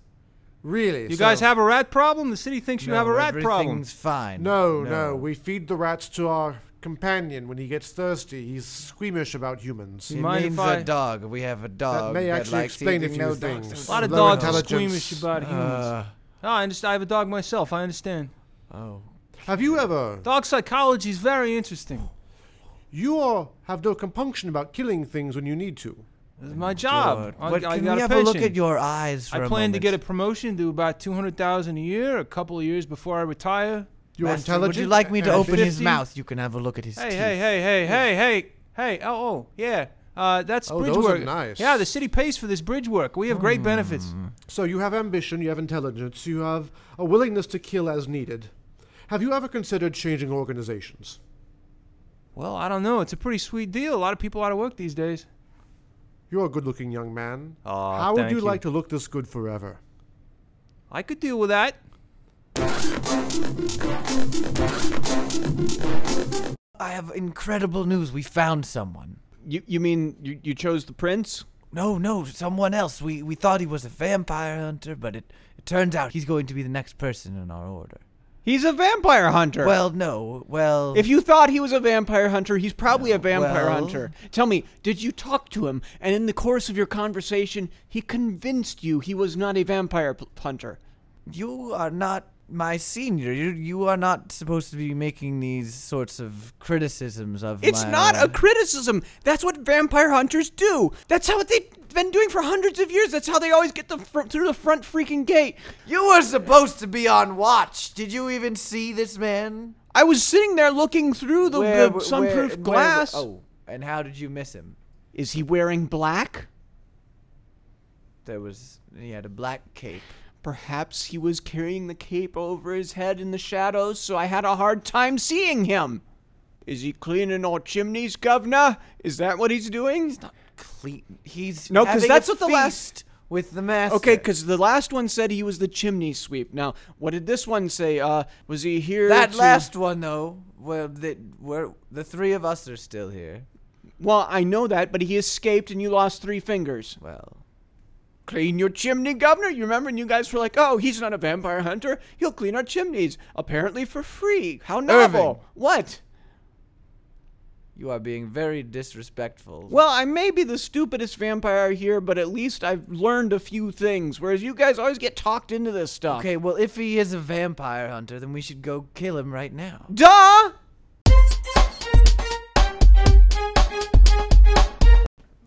[SPEAKER 1] Really?
[SPEAKER 6] You
[SPEAKER 1] so-
[SPEAKER 6] guys have a rat problem? The city thinks you
[SPEAKER 2] No,
[SPEAKER 6] have a rat problem.
[SPEAKER 2] everything's fine.
[SPEAKER 1] No, no, We feed the rats to our companion when he gets thirsty. He's squeamish about humans.
[SPEAKER 6] You
[SPEAKER 2] It
[SPEAKER 6] mind if
[SPEAKER 2] means
[SPEAKER 6] I-
[SPEAKER 2] a dog. We have a dog
[SPEAKER 1] may
[SPEAKER 2] that
[SPEAKER 1] actually
[SPEAKER 2] likes
[SPEAKER 1] explain a
[SPEAKER 2] eating
[SPEAKER 1] few
[SPEAKER 2] no
[SPEAKER 1] things.
[SPEAKER 2] dogs.
[SPEAKER 6] a lot of
[SPEAKER 1] low
[SPEAKER 6] dogs are
[SPEAKER 1] intelligence.
[SPEAKER 6] squeamish about humans.
[SPEAKER 2] Uh,
[SPEAKER 6] oh, I understand. I have a dog myself. I understand.
[SPEAKER 2] oh,
[SPEAKER 1] Have you ever?
[SPEAKER 6] Dog psychology is very interesting.
[SPEAKER 1] You all have no compunction about killing things when you need to.
[SPEAKER 6] It's my job.
[SPEAKER 2] Oh, Lord.
[SPEAKER 6] I,
[SPEAKER 2] What-
[SPEAKER 6] I
[SPEAKER 2] can
[SPEAKER 6] got
[SPEAKER 2] we
[SPEAKER 6] a
[SPEAKER 2] have
[SPEAKER 6] pension.
[SPEAKER 2] a look at your eyes for
[SPEAKER 6] I
[SPEAKER 2] a
[SPEAKER 6] plan to
[SPEAKER 2] moment?
[SPEAKER 6] get a promotion to about 200000 a year, a couple of years before I retire.
[SPEAKER 1] You're
[SPEAKER 2] Master,
[SPEAKER 1] intelligent.
[SPEAKER 2] Would you like me to
[SPEAKER 1] and
[SPEAKER 2] open his
[SPEAKER 6] 50?
[SPEAKER 2] mouth? You can have a look at his
[SPEAKER 6] Hey,
[SPEAKER 2] teeth.
[SPEAKER 6] hey, hey, hey, hey, hey, hey. Oh, oh, yeah. Uh, that's
[SPEAKER 1] Oh,
[SPEAKER 6] bridge
[SPEAKER 1] those are
[SPEAKER 6] work.
[SPEAKER 1] nice. Hmm.
[SPEAKER 6] Yeah, the city pays for this bridge work. We have great benefits.
[SPEAKER 1] So you have ambition, you have intelligence, you have a willingness to kill as needed. Have you ever considered changing organizations?
[SPEAKER 6] Well, I don't know. It's a pretty sweet deal. A lot of people out of work these days.
[SPEAKER 1] You're a good-looking young man.
[SPEAKER 6] Aw,
[SPEAKER 1] How would
[SPEAKER 6] thank
[SPEAKER 1] you,
[SPEAKER 6] you.
[SPEAKER 1] like to look this good forever?
[SPEAKER 6] I could deal with that.
[SPEAKER 2] I have incredible news. We found someone.
[SPEAKER 3] You you mean you, you chose the prince?
[SPEAKER 2] No, no, someone else. We we thought he was a vampire hunter, but it, it turns out he's going to be the next person in our order.
[SPEAKER 3] He's a vampire hunter.
[SPEAKER 2] Well, no, well,
[SPEAKER 3] if you thought he was a vampire hunter, he's probably a vampire
[SPEAKER 2] well-
[SPEAKER 3] hunter. Tell me, did you talk to him? And in the course of your conversation, he convinced you he was not a vampire p- hunter.
[SPEAKER 2] you are not my senior. You you are not supposed to be making these sorts of criticisms of.
[SPEAKER 3] It's
[SPEAKER 2] my-
[SPEAKER 3] not a criticism. That's what vampire hunters do. That's how they've been doing for hundreds of years. That's how they always get the fr- through the front freaking gate.
[SPEAKER 2] you were supposed to be on watch. Did you even see this man?
[SPEAKER 3] I was sitting there looking through the,
[SPEAKER 2] Where
[SPEAKER 3] the
[SPEAKER 2] w-
[SPEAKER 3] sunproof
[SPEAKER 2] where- where-
[SPEAKER 3] glass.
[SPEAKER 2] oh, and how did you miss him?
[SPEAKER 3] Is he wearing black?
[SPEAKER 2] There was he had a black cape.
[SPEAKER 3] Perhaps he was carrying the cape over his head in the shadows, so I had a hard time seeing him. Is he cleaning our chimneys, Governor? Is that what he's doing?
[SPEAKER 2] Cle- He's
[SPEAKER 3] No, 'cause
[SPEAKER 2] having a
[SPEAKER 3] that's what the last-
[SPEAKER 2] feast with the master.
[SPEAKER 3] Okay, because the last one said he was the chimney sweep. Now, what did this one say? Uh, was he here?
[SPEAKER 2] That
[SPEAKER 3] to-
[SPEAKER 2] last one, though, well, the, we're, the three of us are still here.
[SPEAKER 3] Well, I know that, but he escaped, and you lost three fingers.
[SPEAKER 2] Well,
[SPEAKER 3] Clean your chimney, Governor. You remember? And you guys were like, "Oh, he's not a vampire hunter. He'll clean our chimneys, apparently for free. How novel!
[SPEAKER 2] Irving.
[SPEAKER 3] What?"
[SPEAKER 2] you are being very disrespectful.
[SPEAKER 3] Well, I may be the stupidest vampire here, but at least I've learned a few things, whereas you guys always get talked into this stuff.
[SPEAKER 2] Okay, well, if he is a vampire hunter, then we should go kill him right now.
[SPEAKER 3] Duh!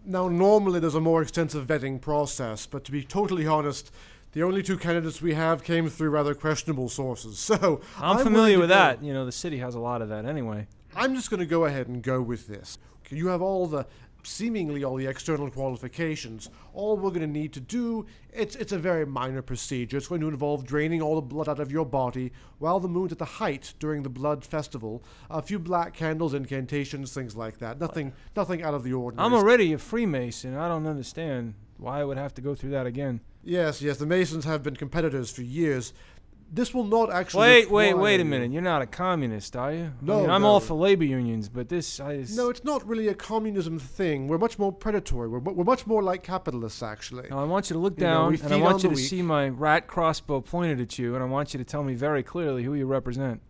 [SPEAKER 1] Now, normally there's a more extensive vetting process, but to be totally honest, the only two candidates we have came through rather questionable sources. So
[SPEAKER 6] I'm,
[SPEAKER 1] willing
[SPEAKER 6] familiar
[SPEAKER 1] to
[SPEAKER 6] with
[SPEAKER 1] go-
[SPEAKER 6] that. You know, the city has a lot of that anyway.
[SPEAKER 1] I'm just going to go ahead and go with this. You have all the seemingly all the external qualifications. All we're going to need to do it's it's a very minor procedure. It's going to involve draining all the blood out of your body while the moon's at the height during the blood festival. A few black candles, incantations, things like that. Nothing nothing out of the ordinary.
[SPEAKER 6] I'm already a Freemason. I don't understand why I would have to go through that again.
[SPEAKER 1] Yes, yes, the Masons have been competitors for years. This will not actually
[SPEAKER 6] Wait, wait,
[SPEAKER 1] require
[SPEAKER 6] wait a
[SPEAKER 1] you-
[SPEAKER 6] minute. You're not a communist, are you?
[SPEAKER 1] No,
[SPEAKER 6] I mean, I'm
[SPEAKER 1] no.
[SPEAKER 6] all for labor unions, but this I just,
[SPEAKER 1] No, it's not really a communism thing. We're much more predatory. We're, mu- we're much more like capitalists, actually.
[SPEAKER 6] No, I want you to look
[SPEAKER 1] You know,
[SPEAKER 6] down
[SPEAKER 1] we
[SPEAKER 6] and I
[SPEAKER 1] feed on
[SPEAKER 6] want you
[SPEAKER 1] the
[SPEAKER 6] to
[SPEAKER 1] weak.
[SPEAKER 6] see my rat crossbow pointed at you, and I want you to tell me very clearly who you represent.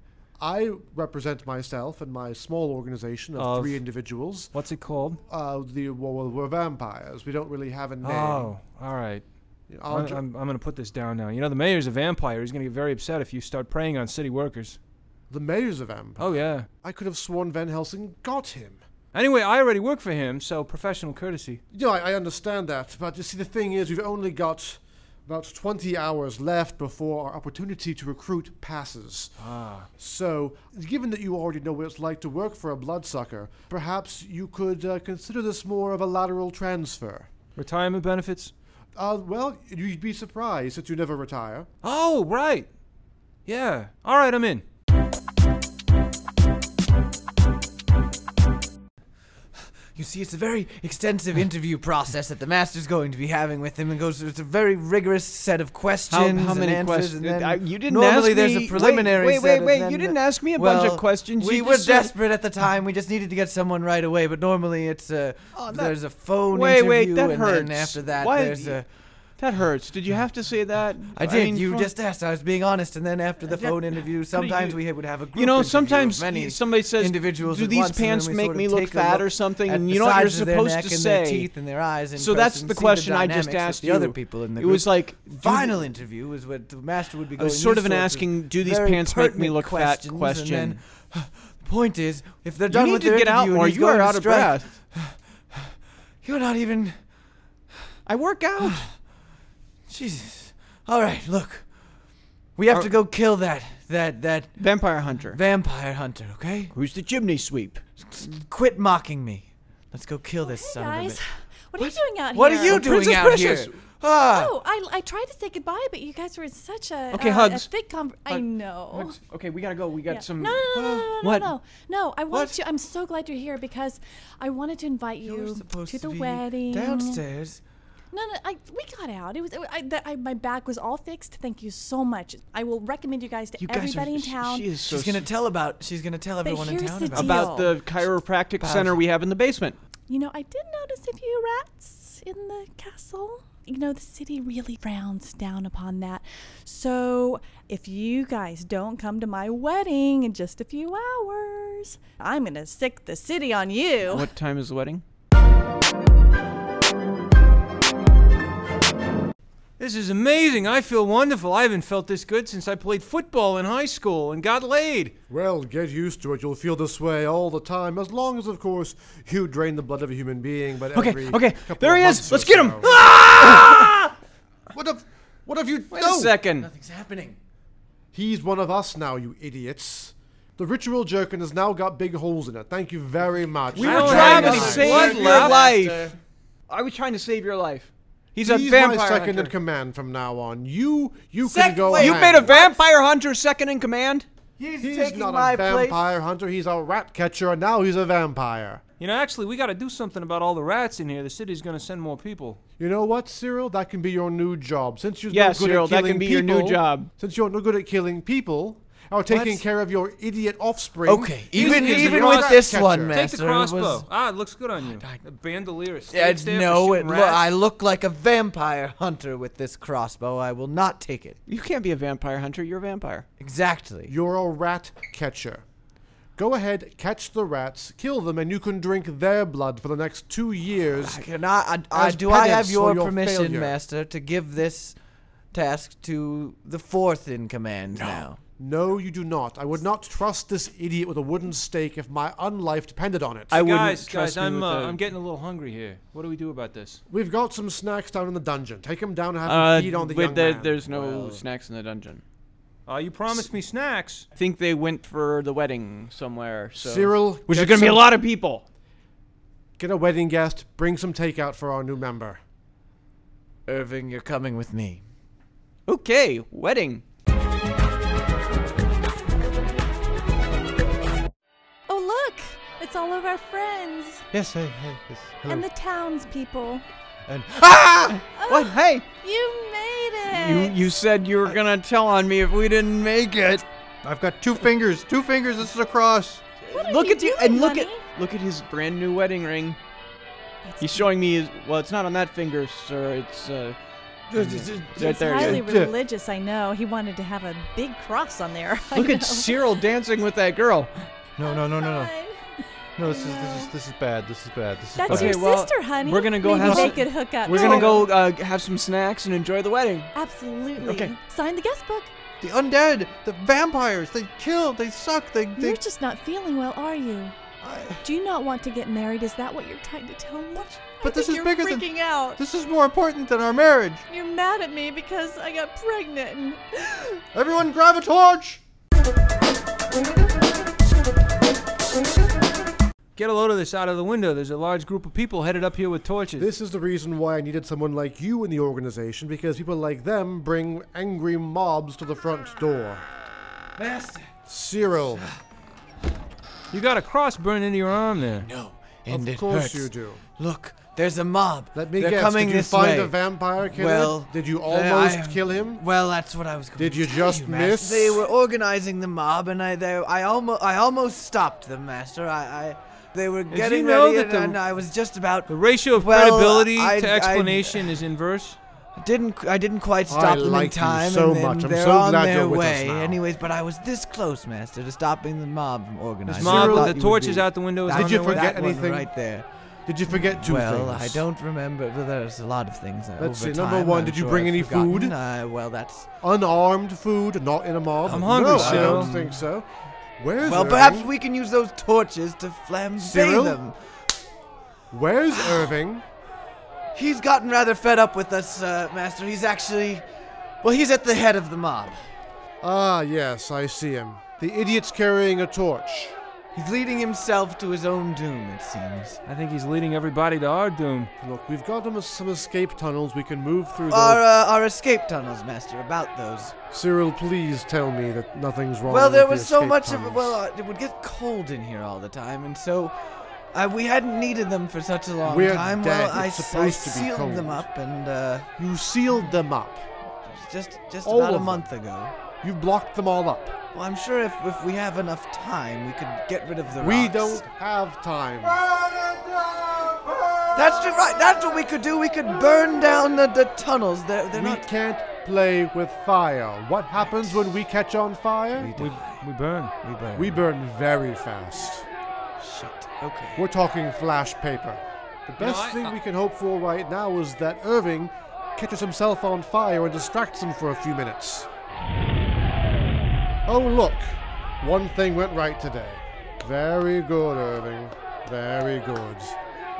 [SPEAKER 1] I represent myself and my small organization of,
[SPEAKER 6] Of-
[SPEAKER 1] three individuals.
[SPEAKER 6] What's it called?
[SPEAKER 1] Uh, the well, well, we're vampires. We don't really have a name.
[SPEAKER 6] Oh, all right.
[SPEAKER 1] Our
[SPEAKER 6] I'm,
[SPEAKER 1] jo-
[SPEAKER 6] I'm, I'm going to put this down now. You know, the mayor's a vampire. He's going to get very upset if you start preying on city workers.
[SPEAKER 1] the mayor's a vampire.
[SPEAKER 6] Oh, yeah.
[SPEAKER 1] I could have sworn Van Helsing got him.
[SPEAKER 6] Anyway, I already work for him, so professional courtesy.
[SPEAKER 1] Yeah, I, I understand that, but you see, the thing is, we've only got about 20 hours left before our opportunity to recruit passes.
[SPEAKER 6] Ah.
[SPEAKER 1] So, given that you already know what it's like to work for a bloodsucker, perhaps you could uh, consider this more of a lateral transfer.
[SPEAKER 6] Retirement benefits?
[SPEAKER 1] Uh, well, you'd be surprised since you never retire.
[SPEAKER 6] Oh, right. Yeah. All right, I'm in.
[SPEAKER 2] You You see, it's a very extensive interview process that the master's going to be having with him, and goes. It's a very rigorous set of questions.
[SPEAKER 3] How, how
[SPEAKER 2] and
[SPEAKER 3] many
[SPEAKER 2] answers,
[SPEAKER 3] questions?
[SPEAKER 2] And then
[SPEAKER 3] I- you didn't
[SPEAKER 2] normally
[SPEAKER 3] ask
[SPEAKER 2] there's
[SPEAKER 3] me-
[SPEAKER 2] a preliminary.
[SPEAKER 3] Wait, wait,
[SPEAKER 2] set, and
[SPEAKER 3] wait!
[SPEAKER 2] then-
[SPEAKER 3] you didn't ask me a bunch
[SPEAKER 2] well,
[SPEAKER 3] of questions.
[SPEAKER 2] We
[SPEAKER 3] you
[SPEAKER 2] were
[SPEAKER 3] just said-
[SPEAKER 2] desperate at the time. We just needed to get someone right away. But normally it's a
[SPEAKER 3] Oh, that-
[SPEAKER 2] there's a phone
[SPEAKER 3] Wait,
[SPEAKER 2] interview,
[SPEAKER 3] wait, that
[SPEAKER 2] and
[SPEAKER 3] hurts.
[SPEAKER 2] then after that
[SPEAKER 3] Why-
[SPEAKER 2] there's a.
[SPEAKER 3] That hurts. Did you have to say that?
[SPEAKER 2] I did.
[SPEAKER 3] mean,
[SPEAKER 2] you
[SPEAKER 3] from-
[SPEAKER 2] just asked. I was being honest. And then after the
[SPEAKER 3] Yeah,
[SPEAKER 2] phone interview, sometimes
[SPEAKER 3] you-
[SPEAKER 2] we would have a group.
[SPEAKER 3] You know,
[SPEAKER 2] interview of
[SPEAKER 3] sometimes
[SPEAKER 2] many
[SPEAKER 3] y- somebody says,
[SPEAKER 2] individuals.
[SPEAKER 3] "Do
[SPEAKER 2] at
[SPEAKER 3] these
[SPEAKER 2] once," and then
[SPEAKER 3] pants
[SPEAKER 2] we
[SPEAKER 3] make
[SPEAKER 2] sort of
[SPEAKER 3] me look
[SPEAKER 2] take a
[SPEAKER 3] fat
[SPEAKER 2] look
[SPEAKER 3] or something?"
[SPEAKER 2] at
[SPEAKER 3] And
[SPEAKER 2] the
[SPEAKER 3] you know what you're
[SPEAKER 2] sides of their
[SPEAKER 3] supposed
[SPEAKER 2] neck
[SPEAKER 3] to
[SPEAKER 2] and their
[SPEAKER 3] say.
[SPEAKER 2] teeth and their eyes. in
[SPEAKER 3] So that's
[SPEAKER 2] person,
[SPEAKER 3] the
[SPEAKER 2] see
[SPEAKER 3] question I just
[SPEAKER 2] dynamics with
[SPEAKER 3] asked
[SPEAKER 2] the
[SPEAKER 3] you.
[SPEAKER 2] other people in the
[SPEAKER 3] It
[SPEAKER 2] group.
[SPEAKER 3] was like do the-
[SPEAKER 2] final interview is what the master would be
[SPEAKER 3] I
[SPEAKER 2] going.
[SPEAKER 3] was sort
[SPEAKER 2] these
[SPEAKER 3] of an
[SPEAKER 2] sorts
[SPEAKER 3] asking, "Do these
[SPEAKER 2] very
[SPEAKER 3] pants make me
[SPEAKER 2] pertinent
[SPEAKER 3] look fat?"
[SPEAKER 2] questions,
[SPEAKER 3] Question.
[SPEAKER 2] And then, the point is, if they're
[SPEAKER 3] you
[SPEAKER 2] done
[SPEAKER 3] need
[SPEAKER 2] with
[SPEAKER 3] to
[SPEAKER 2] their
[SPEAKER 3] get out
[SPEAKER 2] interview and
[SPEAKER 3] more.
[SPEAKER 2] he's
[SPEAKER 3] You are
[SPEAKER 2] going to
[SPEAKER 3] out of
[SPEAKER 2] strike,
[SPEAKER 3] breath.
[SPEAKER 2] You're not even.
[SPEAKER 3] I work out.
[SPEAKER 2] Jesus. All right, look. We have
[SPEAKER 3] Are-
[SPEAKER 2] to go kill that that that
[SPEAKER 3] Vampire hunter.
[SPEAKER 2] vampire hunter. Okay.
[SPEAKER 3] Who's the chimney sweep?
[SPEAKER 2] Quit mocking me. Let's go kill this
[SPEAKER 4] Hey
[SPEAKER 2] son
[SPEAKER 4] guys,
[SPEAKER 2] of a bitch.
[SPEAKER 4] what are you doing out
[SPEAKER 2] What
[SPEAKER 4] here?
[SPEAKER 2] are you doing
[SPEAKER 3] Princess
[SPEAKER 2] out
[SPEAKER 3] Precious.
[SPEAKER 2] here? Ah.
[SPEAKER 4] Oh, I, I tried to say goodbye, but you guys were in such a
[SPEAKER 3] Okay,
[SPEAKER 4] uh,
[SPEAKER 3] hugs.
[SPEAKER 4] A thick conver- I
[SPEAKER 3] Hug-
[SPEAKER 4] know.
[SPEAKER 3] Oh. Okay, we gotta go. We got
[SPEAKER 4] Yeah.
[SPEAKER 3] some.
[SPEAKER 4] No, no, no, no, no, no,
[SPEAKER 3] What?
[SPEAKER 4] no, no, no. I
[SPEAKER 2] What?
[SPEAKER 4] wanted to. I'm so glad you're here because I wanted to invite
[SPEAKER 2] You're
[SPEAKER 4] you
[SPEAKER 2] supposed
[SPEAKER 4] to the
[SPEAKER 2] be
[SPEAKER 4] wedding.
[SPEAKER 2] downstairs.
[SPEAKER 4] No, no. I we got out. It was. It, wa- I, the, I, my back was all fixed. Thank you so much. I will recommend you guys to
[SPEAKER 3] You guys
[SPEAKER 4] everybody
[SPEAKER 3] are,
[SPEAKER 4] in
[SPEAKER 3] she-
[SPEAKER 4] town.
[SPEAKER 3] She is so
[SPEAKER 2] She's gonna tell about. She's gonna tell everyone in
[SPEAKER 4] here's
[SPEAKER 2] town
[SPEAKER 4] the
[SPEAKER 2] about.
[SPEAKER 4] deal.
[SPEAKER 3] about the chiropractic
[SPEAKER 2] About-
[SPEAKER 3] center we have in the basement.
[SPEAKER 4] You know, I did notice a few rats in the castle. You know, the city really frowns down upon that. So, if you guys don't come to my wedding in just a few hours, I'm going to sick the city on you.
[SPEAKER 3] What time is the wedding?
[SPEAKER 6] This is amazing. I feel wonderful. I haven't felt this good since I played football in high school and got laid.
[SPEAKER 1] Well, get used to it. You'll feel this way all the time, as long as, of course, you drain the blood of a human being. But every
[SPEAKER 3] Okay, okay.
[SPEAKER 1] couple
[SPEAKER 3] There
[SPEAKER 1] of
[SPEAKER 3] he
[SPEAKER 1] months
[SPEAKER 3] is.
[SPEAKER 1] or
[SPEAKER 3] Let's get him. Ah!
[SPEAKER 1] so.
[SPEAKER 5] What have, what have you
[SPEAKER 3] Wait a second.
[SPEAKER 2] Nothing's happening.
[SPEAKER 1] He's one of us now, you idiots. The ritual jerkin has now got big holes in it. Thank you very much.
[SPEAKER 3] We
[SPEAKER 6] I
[SPEAKER 3] were
[SPEAKER 6] don't
[SPEAKER 3] trying
[SPEAKER 6] have
[SPEAKER 3] to
[SPEAKER 6] any
[SPEAKER 3] save
[SPEAKER 6] blood
[SPEAKER 3] your
[SPEAKER 6] left.
[SPEAKER 3] life. I was trying to save your life. He's a
[SPEAKER 1] He's
[SPEAKER 3] vampire
[SPEAKER 1] my second in
[SPEAKER 3] hunter.
[SPEAKER 1] command from now on. You, you
[SPEAKER 2] Second-
[SPEAKER 1] can go.
[SPEAKER 2] wait,
[SPEAKER 3] You
[SPEAKER 2] command.
[SPEAKER 3] made a
[SPEAKER 1] hang.
[SPEAKER 3] vampire hunter second in command.
[SPEAKER 2] He's,
[SPEAKER 1] He's
[SPEAKER 2] taking
[SPEAKER 1] not
[SPEAKER 2] my
[SPEAKER 1] a vampire hunter. He's a rat catcher, and now he's a vampire.
[SPEAKER 6] You know, actually, we got to do something about all the rats in here. The city's going to send more people.
[SPEAKER 1] You know what, Cyril? That can be your new job. Since you're no
[SPEAKER 3] Yeah,
[SPEAKER 1] good
[SPEAKER 3] Cyril,
[SPEAKER 1] at
[SPEAKER 3] that
[SPEAKER 1] killing
[SPEAKER 3] can be your new
[SPEAKER 1] people-
[SPEAKER 3] job.
[SPEAKER 1] Since you're no good at killing people or taking
[SPEAKER 2] What?
[SPEAKER 1] care of your idiot offspring.
[SPEAKER 2] place. Okay,
[SPEAKER 1] you
[SPEAKER 2] even
[SPEAKER 1] can be
[SPEAKER 2] even
[SPEAKER 1] a
[SPEAKER 2] with
[SPEAKER 1] rat
[SPEAKER 2] this
[SPEAKER 1] catcher.
[SPEAKER 2] one,
[SPEAKER 6] Take
[SPEAKER 2] master,
[SPEAKER 6] the crossbow.
[SPEAKER 2] was.
[SPEAKER 6] Ah, it looks good on you. The bandolier. is
[SPEAKER 2] Uh,
[SPEAKER 6] staged there for
[SPEAKER 2] no, it
[SPEAKER 6] shooting
[SPEAKER 2] lo-
[SPEAKER 6] rats.
[SPEAKER 2] I look like a vampire hunter with this crossbow. I will not take it.
[SPEAKER 3] You can't be a vampire hunter. You're a vampire.
[SPEAKER 2] Exactly.
[SPEAKER 1] You're a rat catcher. Go ahead, catch the rats, kill them, and you can drink their blood for the next two years.
[SPEAKER 2] I cannot. I, I,
[SPEAKER 1] As
[SPEAKER 2] do I
[SPEAKER 1] penance
[SPEAKER 2] have
[SPEAKER 1] for
[SPEAKER 2] your,
[SPEAKER 1] your
[SPEAKER 2] permission,
[SPEAKER 1] failure.
[SPEAKER 2] master, to give this task to the fourth in command now?
[SPEAKER 1] No, you do not. I would not trust this idiot with a wooden stake if my unlife depended on it.
[SPEAKER 3] I wouldn't
[SPEAKER 6] guys,
[SPEAKER 3] trust
[SPEAKER 6] guys,
[SPEAKER 3] me
[SPEAKER 6] I'm
[SPEAKER 3] with
[SPEAKER 6] uh,
[SPEAKER 3] a-
[SPEAKER 6] I'm getting a little hungry here. What do we do about this?
[SPEAKER 1] We've got some snacks down in the dungeon. Take him down and have
[SPEAKER 3] Uh,
[SPEAKER 1] him feed on the
[SPEAKER 3] but
[SPEAKER 1] young
[SPEAKER 3] there-
[SPEAKER 1] man.
[SPEAKER 3] there's no
[SPEAKER 2] Well-
[SPEAKER 3] snacks in the dungeon.
[SPEAKER 6] Uh, you promised me snacks.
[SPEAKER 3] I think they went for the wedding somewhere. So.
[SPEAKER 1] Cyril,
[SPEAKER 3] which is
[SPEAKER 1] get
[SPEAKER 3] going to be a
[SPEAKER 1] some-
[SPEAKER 3] lot of people.
[SPEAKER 1] Get a wedding guest. Bring some takeout for our new member.
[SPEAKER 2] Irving, you're coming with me.
[SPEAKER 3] Okay, wedding.
[SPEAKER 4] Oh, look! It's all of our friends
[SPEAKER 5] Yes, hey, hey, yes. Hello.
[SPEAKER 4] and the townspeople.
[SPEAKER 5] And-
[SPEAKER 3] Ah! What?
[SPEAKER 4] Oh,
[SPEAKER 3] Hey,
[SPEAKER 4] You made
[SPEAKER 3] you
[SPEAKER 4] it!
[SPEAKER 3] you said you were going to tell on me if we didn't make it.
[SPEAKER 5] I've got two fingers. Two fingers. This is a cross.
[SPEAKER 4] What are
[SPEAKER 3] look
[SPEAKER 4] you
[SPEAKER 3] at you
[SPEAKER 4] doing,
[SPEAKER 3] and look
[SPEAKER 4] honey?
[SPEAKER 3] at look at his brand new wedding ring. He's showing me his well, it's not on that finger, sir. It's uh right
[SPEAKER 4] He's
[SPEAKER 3] there.
[SPEAKER 4] highly
[SPEAKER 5] Yeah.
[SPEAKER 4] religious, I know. He wanted to have a big cross on there. I
[SPEAKER 3] Look
[SPEAKER 4] know.
[SPEAKER 3] at Cyril dancing with that girl.
[SPEAKER 5] No, no, no, no, no.
[SPEAKER 4] Fine.
[SPEAKER 5] No, this is
[SPEAKER 4] No.
[SPEAKER 5] this is this is bad. This is bad. This is
[SPEAKER 4] That's
[SPEAKER 5] bad.
[SPEAKER 3] Okay,
[SPEAKER 4] your
[SPEAKER 3] well,
[SPEAKER 4] sister, honey.
[SPEAKER 3] we're gonna go
[SPEAKER 4] Maybe
[SPEAKER 3] have
[SPEAKER 4] they
[SPEAKER 3] some-
[SPEAKER 4] could hook up.
[SPEAKER 3] We're gonna
[SPEAKER 4] No,
[SPEAKER 3] go uh, have some snacks and enjoy the wedding.
[SPEAKER 4] Absolutely.
[SPEAKER 3] Okay.
[SPEAKER 4] Sign the guest book.
[SPEAKER 5] The undead, the vampires, they kill, they suck, they they
[SPEAKER 4] You're just not feeling well, are you?
[SPEAKER 5] I-
[SPEAKER 4] Do you not want to get married? Is that what you're trying to tell me?
[SPEAKER 5] But
[SPEAKER 4] I
[SPEAKER 5] this
[SPEAKER 4] think
[SPEAKER 5] is
[SPEAKER 4] you're
[SPEAKER 5] bigger than-
[SPEAKER 4] freaking out.
[SPEAKER 5] This is more important than our marriage.
[SPEAKER 4] You're mad at me because I got pregnant. And
[SPEAKER 5] Everyone grab a torch.
[SPEAKER 6] Get a load of this out of the window. There's a large group of people headed up here with torches.
[SPEAKER 1] This is the reason why I needed someone like you in the organization because people like them bring angry mobs to the front door.
[SPEAKER 2] Master.
[SPEAKER 1] Cyril,
[SPEAKER 6] you got a cross burned into your arm there.
[SPEAKER 2] No, and
[SPEAKER 1] of
[SPEAKER 2] it
[SPEAKER 1] course
[SPEAKER 2] hurts.
[SPEAKER 1] you do.
[SPEAKER 2] Look, there's a mob.
[SPEAKER 1] Let me
[SPEAKER 2] They're
[SPEAKER 1] guess.
[SPEAKER 2] coming
[SPEAKER 1] did you
[SPEAKER 2] this
[SPEAKER 1] find
[SPEAKER 2] way.
[SPEAKER 1] a vampire killer?
[SPEAKER 2] Well,
[SPEAKER 1] did you
[SPEAKER 2] uh,
[SPEAKER 1] almost
[SPEAKER 2] I-
[SPEAKER 1] kill him?
[SPEAKER 2] Well, that's what I was. Going
[SPEAKER 1] Did
[SPEAKER 2] to
[SPEAKER 1] you
[SPEAKER 2] tell
[SPEAKER 1] just
[SPEAKER 2] you, Master.
[SPEAKER 1] miss?
[SPEAKER 2] They were organizing the mob, and I, they, I almost, I almost stopped them, Master. I, I they were getting
[SPEAKER 6] you know
[SPEAKER 2] ready,
[SPEAKER 6] that
[SPEAKER 2] and,
[SPEAKER 6] the-
[SPEAKER 2] and I was just about.
[SPEAKER 6] The ratio of
[SPEAKER 2] Well,
[SPEAKER 6] credibility
[SPEAKER 2] I-
[SPEAKER 6] to
[SPEAKER 2] I-
[SPEAKER 6] explanation is inverse.
[SPEAKER 2] Didn't I didn't quite
[SPEAKER 1] I
[SPEAKER 2] stop them in
[SPEAKER 1] like you
[SPEAKER 2] time,
[SPEAKER 1] so
[SPEAKER 2] and then
[SPEAKER 1] much. I'm
[SPEAKER 2] they're
[SPEAKER 1] so
[SPEAKER 2] on
[SPEAKER 1] glad
[SPEAKER 2] their
[SPEAKER 1] you're with us
[SPEAKER 2] way.
[SPEAKER 1] now.
[SPEAKER 2] Anyways, but I was this close, Master, to stopping the mob from organizing. I
[SPEAKER 6] mob,
[SPEAKER 2] thought
[SPEAKER 6] the
[SPEAKER 2] you would
[SPEAKER 6] torch
[SPEAKER 2] be-
[SPEAKER 6] is out the window. is
[SPEAKER 2] I
[SPEAKER 1] Did
[SPEAKER 6] on
[SPEAKER 1] you
[SPEAKER 6] their
[SPEAKER 2] know
[SPEAKER 6] way.
[SPEAKER 1] forget
[SPEAKER 2] that one
[SPEAKER 1] anything?
[SPEAKER 2] Right there.
[SPEAKER 1] Did you forget two
[SPEAKER 2] well,
[SPEAKER 1] things?
[SPEAKER 2] I don't remember. But there's a lot of things. uh,
[SPEAKER 1] Let's
[SPEAKER 2] over
[SPEAKER 1] see, number
[SPEAKER 2] time
[SPEAKER 1] one,
[SPEAKER 2] I'm
[SPEAKER 1] did you
[SPEAKER 2] sure
[SPEAKER 1] bring
[SPEAKER 2] I've
[SPEAKER 1] any
[SPEAKER 2] forgotten.
[SPEAKER 1] food?
[SPEAKER 2] Uh, well, that's
[SPEAKER 1] Unarmed food, not in a mob.
[SPEAKER 6] I'm hungry,
[SPEAKER 1] no, I
[SPEAKER 6] Cyril.
[SPEAKER 1] don't think so. Where's
[SPEAKER 2] well.
[SPEAKER 1] Irving?
[SPEAKER 2] Perhaps we can use those torches to flambe
[SPEAKER 1] Cyril?
[SPEAKER 2] them.
[SPEAKER 1] Where's Irving?
[SPEAKER 2] He's gotten rather fed up with us, uh, Master. He's actually, well, he's at the head of the mob.
[SPEAKER 1] Ah, yes, I see him. The idiot's carrying a torch.
[SPEAKER 2] He's leading himself to his own doom, it seems.
[SPEAKER 6] I think he's leading everybody to our doom.
[SPEAKER 1] Look, we've got him some escape tunnels we can move through. Those.
[SPEAKER 2] Our uh, our escape tunnels, Master. About those.
[SPEAKER 1] Cyril, please tell me that nothing's wrong.
[SPEAKER 2] uh, Well,
[SPEAKER 1] with
[SPEAKER 2] there
[SPEAKER 1] the
[SPEAKER 2] was so
[SPEAKER 1] escape
[SPEAKER 2] much
[SPEAKER 1] tunnels.
[SPEAKER 2] of well, uh, it would get cold in here all the time, and so uh, we hadn't needed them for such a long
[SPEAKER 1] We're
[SPEAKER 2] time.
[SPEAKER 1] dead.
[SPEAKER 2] Well, I,
[SPEAKER 1] It's
[SPEAKER 2] s-
[SPEAKER 1] supposed
[SPEAKER 2] I
[SPEAKER 1] to be
[SPEAKER 2] sealed
[SPEAKER 1] cold.
[SPEAKER 2] them up, and uh,
[SPEAKER 1] you sealed them up.
[SPEAKER 2] just just
[SPEAKER 1] All
[SPEAKER 2] about
[SPEAKER 1] of
[SPEAKER 2] a
[SPEAKER 1] them.
[SPEAKER 2] month ago.
[SPEAKER 1] You blocked them all up.
[SPEAKER 2] Well, I'm sure if, if we have enough time, we could get rid of the
[SPEAKER 1] We
[SPEAKER 2] rocks.
[SPEAKER 1] don't have time.
[SPEAKER 2] That's just right. That's what we could do. We could burn down the, the tunnels. They're they're
[SPEAKER 1] we
[SPEAKER 2] not.
[SPEAKER 1] can't play with fire. What happens when we catch on fire?
[SPEAKER 6] We, we burn.
[SPEAKER 2] We burn.
[SPEAKER 1] We burn very fast.
[SPEAKER 2] Shit. Okay.
[SPEAKER 1] We're talking flash paper. The
[SPEAKER 6] know,
[SPEAKER 1] best
[SPEAKER 6] I- uh
[SPEAKER 1] thing
[SPEAKER 6] I-
[SPEAKER 1] we can hope for right now is that Irving catches himself on fire and distracts him for a few minutes. Oh, look. One thing went right today. Very good, Irving. Very good.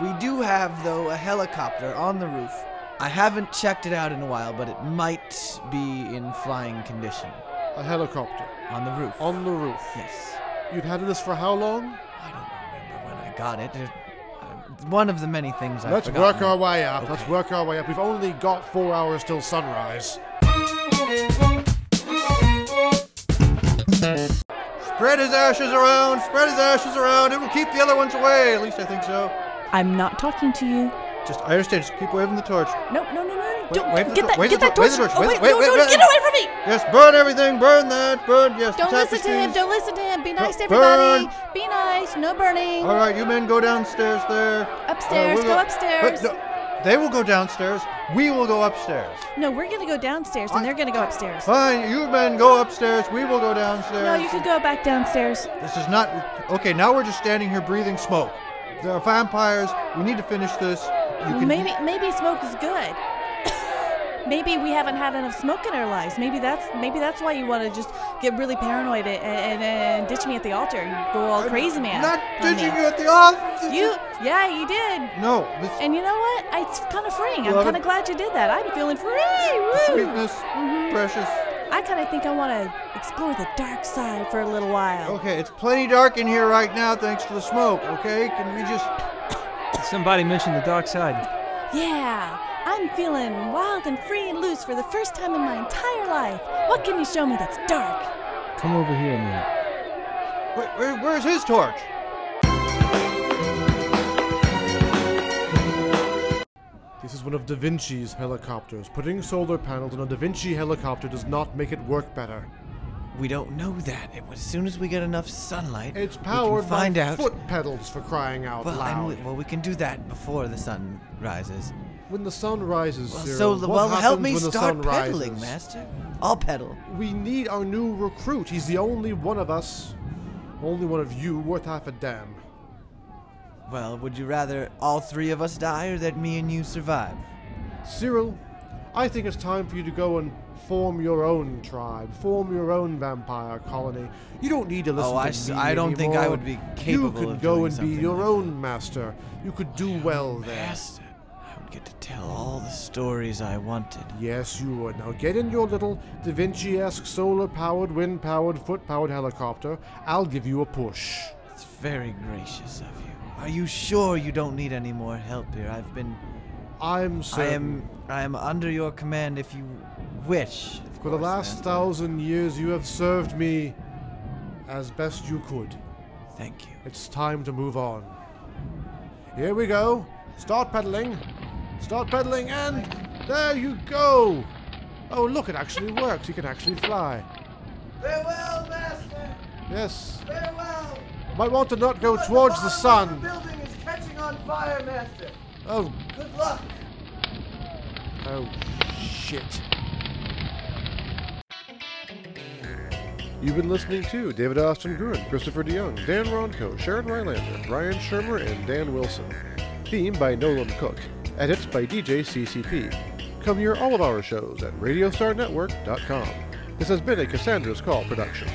[SPEAKER 2] We do have though a helicopter on the roof. I haven't checked it out in a while, but it might be in flying condition
[SPEAKER 1] A helicopter
[SPEAKER 2] on the roof.
[SPEAKER 1] on the roof.
[SPEAKER 2] yes.
[SPEAKER 1] You've had this for how long?
[SPEAKER 2] I don't remember when I got it. It- uh, one of the many things I've
[SPEAKER 1] Let's
[SPEAKER 2] forgotten.
[SPEAKER 1] work our way up. Let's
[SPEAKER 2] Okay.
[SPEAKER 1] work our way up. We've only got four hours till sunrise.
[SPEAKER 5] Spread his ashes around. Spread his ashes around. It will keep the other ones away. At least I think so.
[SPEAKER 4] I'm not talking to you.
[SPEAKER 5] Just I understand. Just keep waving the torch.
[SPEAKER 4] No, no, no, no, no.
[SPEAKER 5] Wait-
[SPEAKER 4] don't
[SPEAKER 5] wait for the
[SPEAKER 4] get
[SPEAKER 5] tor-
[SPEAKER 4] that,
[SPEAKER 5] wait
[SPEAKER 4] get
[SPEAKER 5] for
[SPEAKER 4] that
[SPEAKER 5] the- wait for
[SPEAKER 4] torch.
[SPEAKER 5] the torch,
[SPEAKER 4] Oh,
[SPEAKER 5] wait-
[SPEAKER 4] wait,
[SPEAKER 5] wait-
[SPEAKER 4] no,
[SPEAKER 5] wait-
[SPEAKER 4] no,
[SPEAKER 5] wait-
[SPEAKER 4] get away from me.
[SPEAKER 5] Yes, burn everything. Burn that. Burn. Yes.
[SPEAKER 4] Don't
[SPEAKER 5] the
[SPEAKER 4] listen to him.
[SPEAKER 5] tapestries.
[SPEAKER 4] Don't listen to him. Be nice to
[SPEAKER 5] Burn.
[SPEAKER 4] everybody. Be nice. No burning.
[SPEAKER 5] All right, you men go downstairs there. Uh,
[SPEAKER 4] Upstairs,
[SPEAKER 5] we'll
[SPEAKER 4] go upstairs.
[SPEAKER 5] Wait, no, they will go downstairs. We will go upstairs.
[SPEAKER 4] No, we're going to go downstairs and they're going to go upstairs.
[SPEAKER 5] Fine, you men go upstairs. We will go downstairs.
[SPEAKER 4] No, you could go back downstairs.
[SPEAKER 5] This is not. Okay, now we're just standing here breathing smoke. There are vampires. We need to finish this. You can.
[SPEAKER 4] Maybe maybe smoke is good. maybe we haven't had enough smoke in our lives. Maybe that's maybe that's why you want to just get really paranoid and, and, and ditch me at the altar. You go all crazy man.
[SPEAKER 5] Not
[SPEAKER 4] on me.
[SPEAKER 5] ditching you at the office.
[SPEAKER 4] You yeah, you did.
[SPEAKER 5] No, this
[SPEAKER 4] And you know what? It's kind of freeing. I'm
[SPEAKER 5] Love
[SPEAKER 4] kind
[SPEAKER 5] it.
[SPEAKER 4] of glad you did that. I'm feeling free. Woo!
[SPEAKER 5] sweetness, precious.
[SPEAKER 4] I kind of think I want to explore the dark side for a little while.
[SPEAKER 5] Okay, it's plenty dark in here right now, thanks to the smoke. Okay, can we just?
[SPEAKER 6] Somebody mentioned the dark side.
[SPEAKER 4] Yeah, I'm feeling wild and free and loose for the first time in my entire life. What can you show me that's dark?
[SPEAKER 6] Come over here, man.
[SPEAKER 5] Wait, where, where's his torch?
[SPEAKER 1] This is one of Da Vinci's helicopters. Putting solar panels on a Da Vinci helicopter does not make it work better.
[SPEAKER 2] We don't know that. It, as soon as we get enough sunlight,
[SPEAKER 1] It's
[SPEAKER 2] we
[SPEAKER 1] powered
[SPEAKER 2] can find
[SPEAKER 1] by
[SPEAKER 2] out.
[SPEAKER 1] foot pedals for crying out
[SPEAKER 2] well, and
[SPEAKER 1] loud.
[SPEAKER 2] we, well, we can do that before the sun rises.
[SPEAKER 1] when the sun rises,
[SPEAKER 2] Well,
[SPEAKER 1] Cyril,
[SPEAKER 2] so the,
[SPEAKER 1] what
[SPEAKER 2] well, help
[SPEAKER 1] happens
[SPEAKER 2] me
[SPEAKER 1] when the
[SPEAKER 2] start
[SPEAKER 1] sun
[SPEAKER 2] pedaling,
[SPEAKER 1] rises?
[SPEAKER 2] Master. I'll pedal.
[SPEAKER 1] We need our new recruit. He's the only one of us, only one of you worth half a damn.
[SPEAKER 2] Well, would you rather all three of us die or that me and you survive?
[SPEAKER 1] Cyril, I think it's time for you to go and form your own tribe, form your own vampire colony. You don't need to listen
[SPEAKER 2] Oh,
[SPEAKER 1] to
[SPEAKER 2] I
[SPEAKER 1] me
[SPEAKER 2] s- I don't think I
[SPEAKER 1] anymore.
[SPEAKER 2] would be
[SPEAKER 1] You
[SPEAKER 2] capable
[SPEAKER 1] could
[SPEAKER 2] of
[SPEAKER 1] go
[SPEAKER 2] doing
[SPEAKER 1] and be
[SPEAKER 2] something
[SPEAKER 1] your
[SPEAKER 2] like
[SPEAKER 1] own master. You could do well there.
[SPEAKER 2] Master, I would get to tell all the stories I wanted.
[SPEAKER 1] Yes, you would. Now get in your little Da Vinci esque solar powered, wind powered, foot powered helicopter. I'll give you a push.
[SPEAKER 2] It's very gracious of you. Are you sure you don't need any more help here? I've been.
[SPEAKER 1] I'm
[SPEAKER 2] I
[SPEAKER 1] certain.
[SPEAKER 2] am. I am under your command if you wish. of
[SPEAKER 1] For the
[SPEAKER 2] course,
[SPEAKER 1] last
[SPEAKER 2] Master.
[SPEAKER 1] thousand years, you have served me as best you could.
[SPEAKER 2] Thank you.
[SPEAKER 1] It's time to move on. Here we go. Start pedaling. Start pedaling, and there you go. Oh, look, it actually works. You can actually fly.
[SPEAKER 2] Farewell, master!
[SPEAKER 1] Yes.
[SPEAKER 2] Farewell!
[SPEAKER 1] Might want to not go towards the sun.
[SPEAKER 2] building is catching on fire, master!
[SPEAKER 1] Oh,
[SPEAKER 2] Good luck!
[SPEAKER 1] oh, shit. You've been listening to David Austin Gruen, Christopher DeYoung, Dan Ronco, Sharon Rylander, Ryan Shermer, and Dan Wilson. Theme by Nolan Cook. Edits by DJ CCP. Come hear all of our shows at RadiostarNetwork.com. This has been a Cassandra's Call production.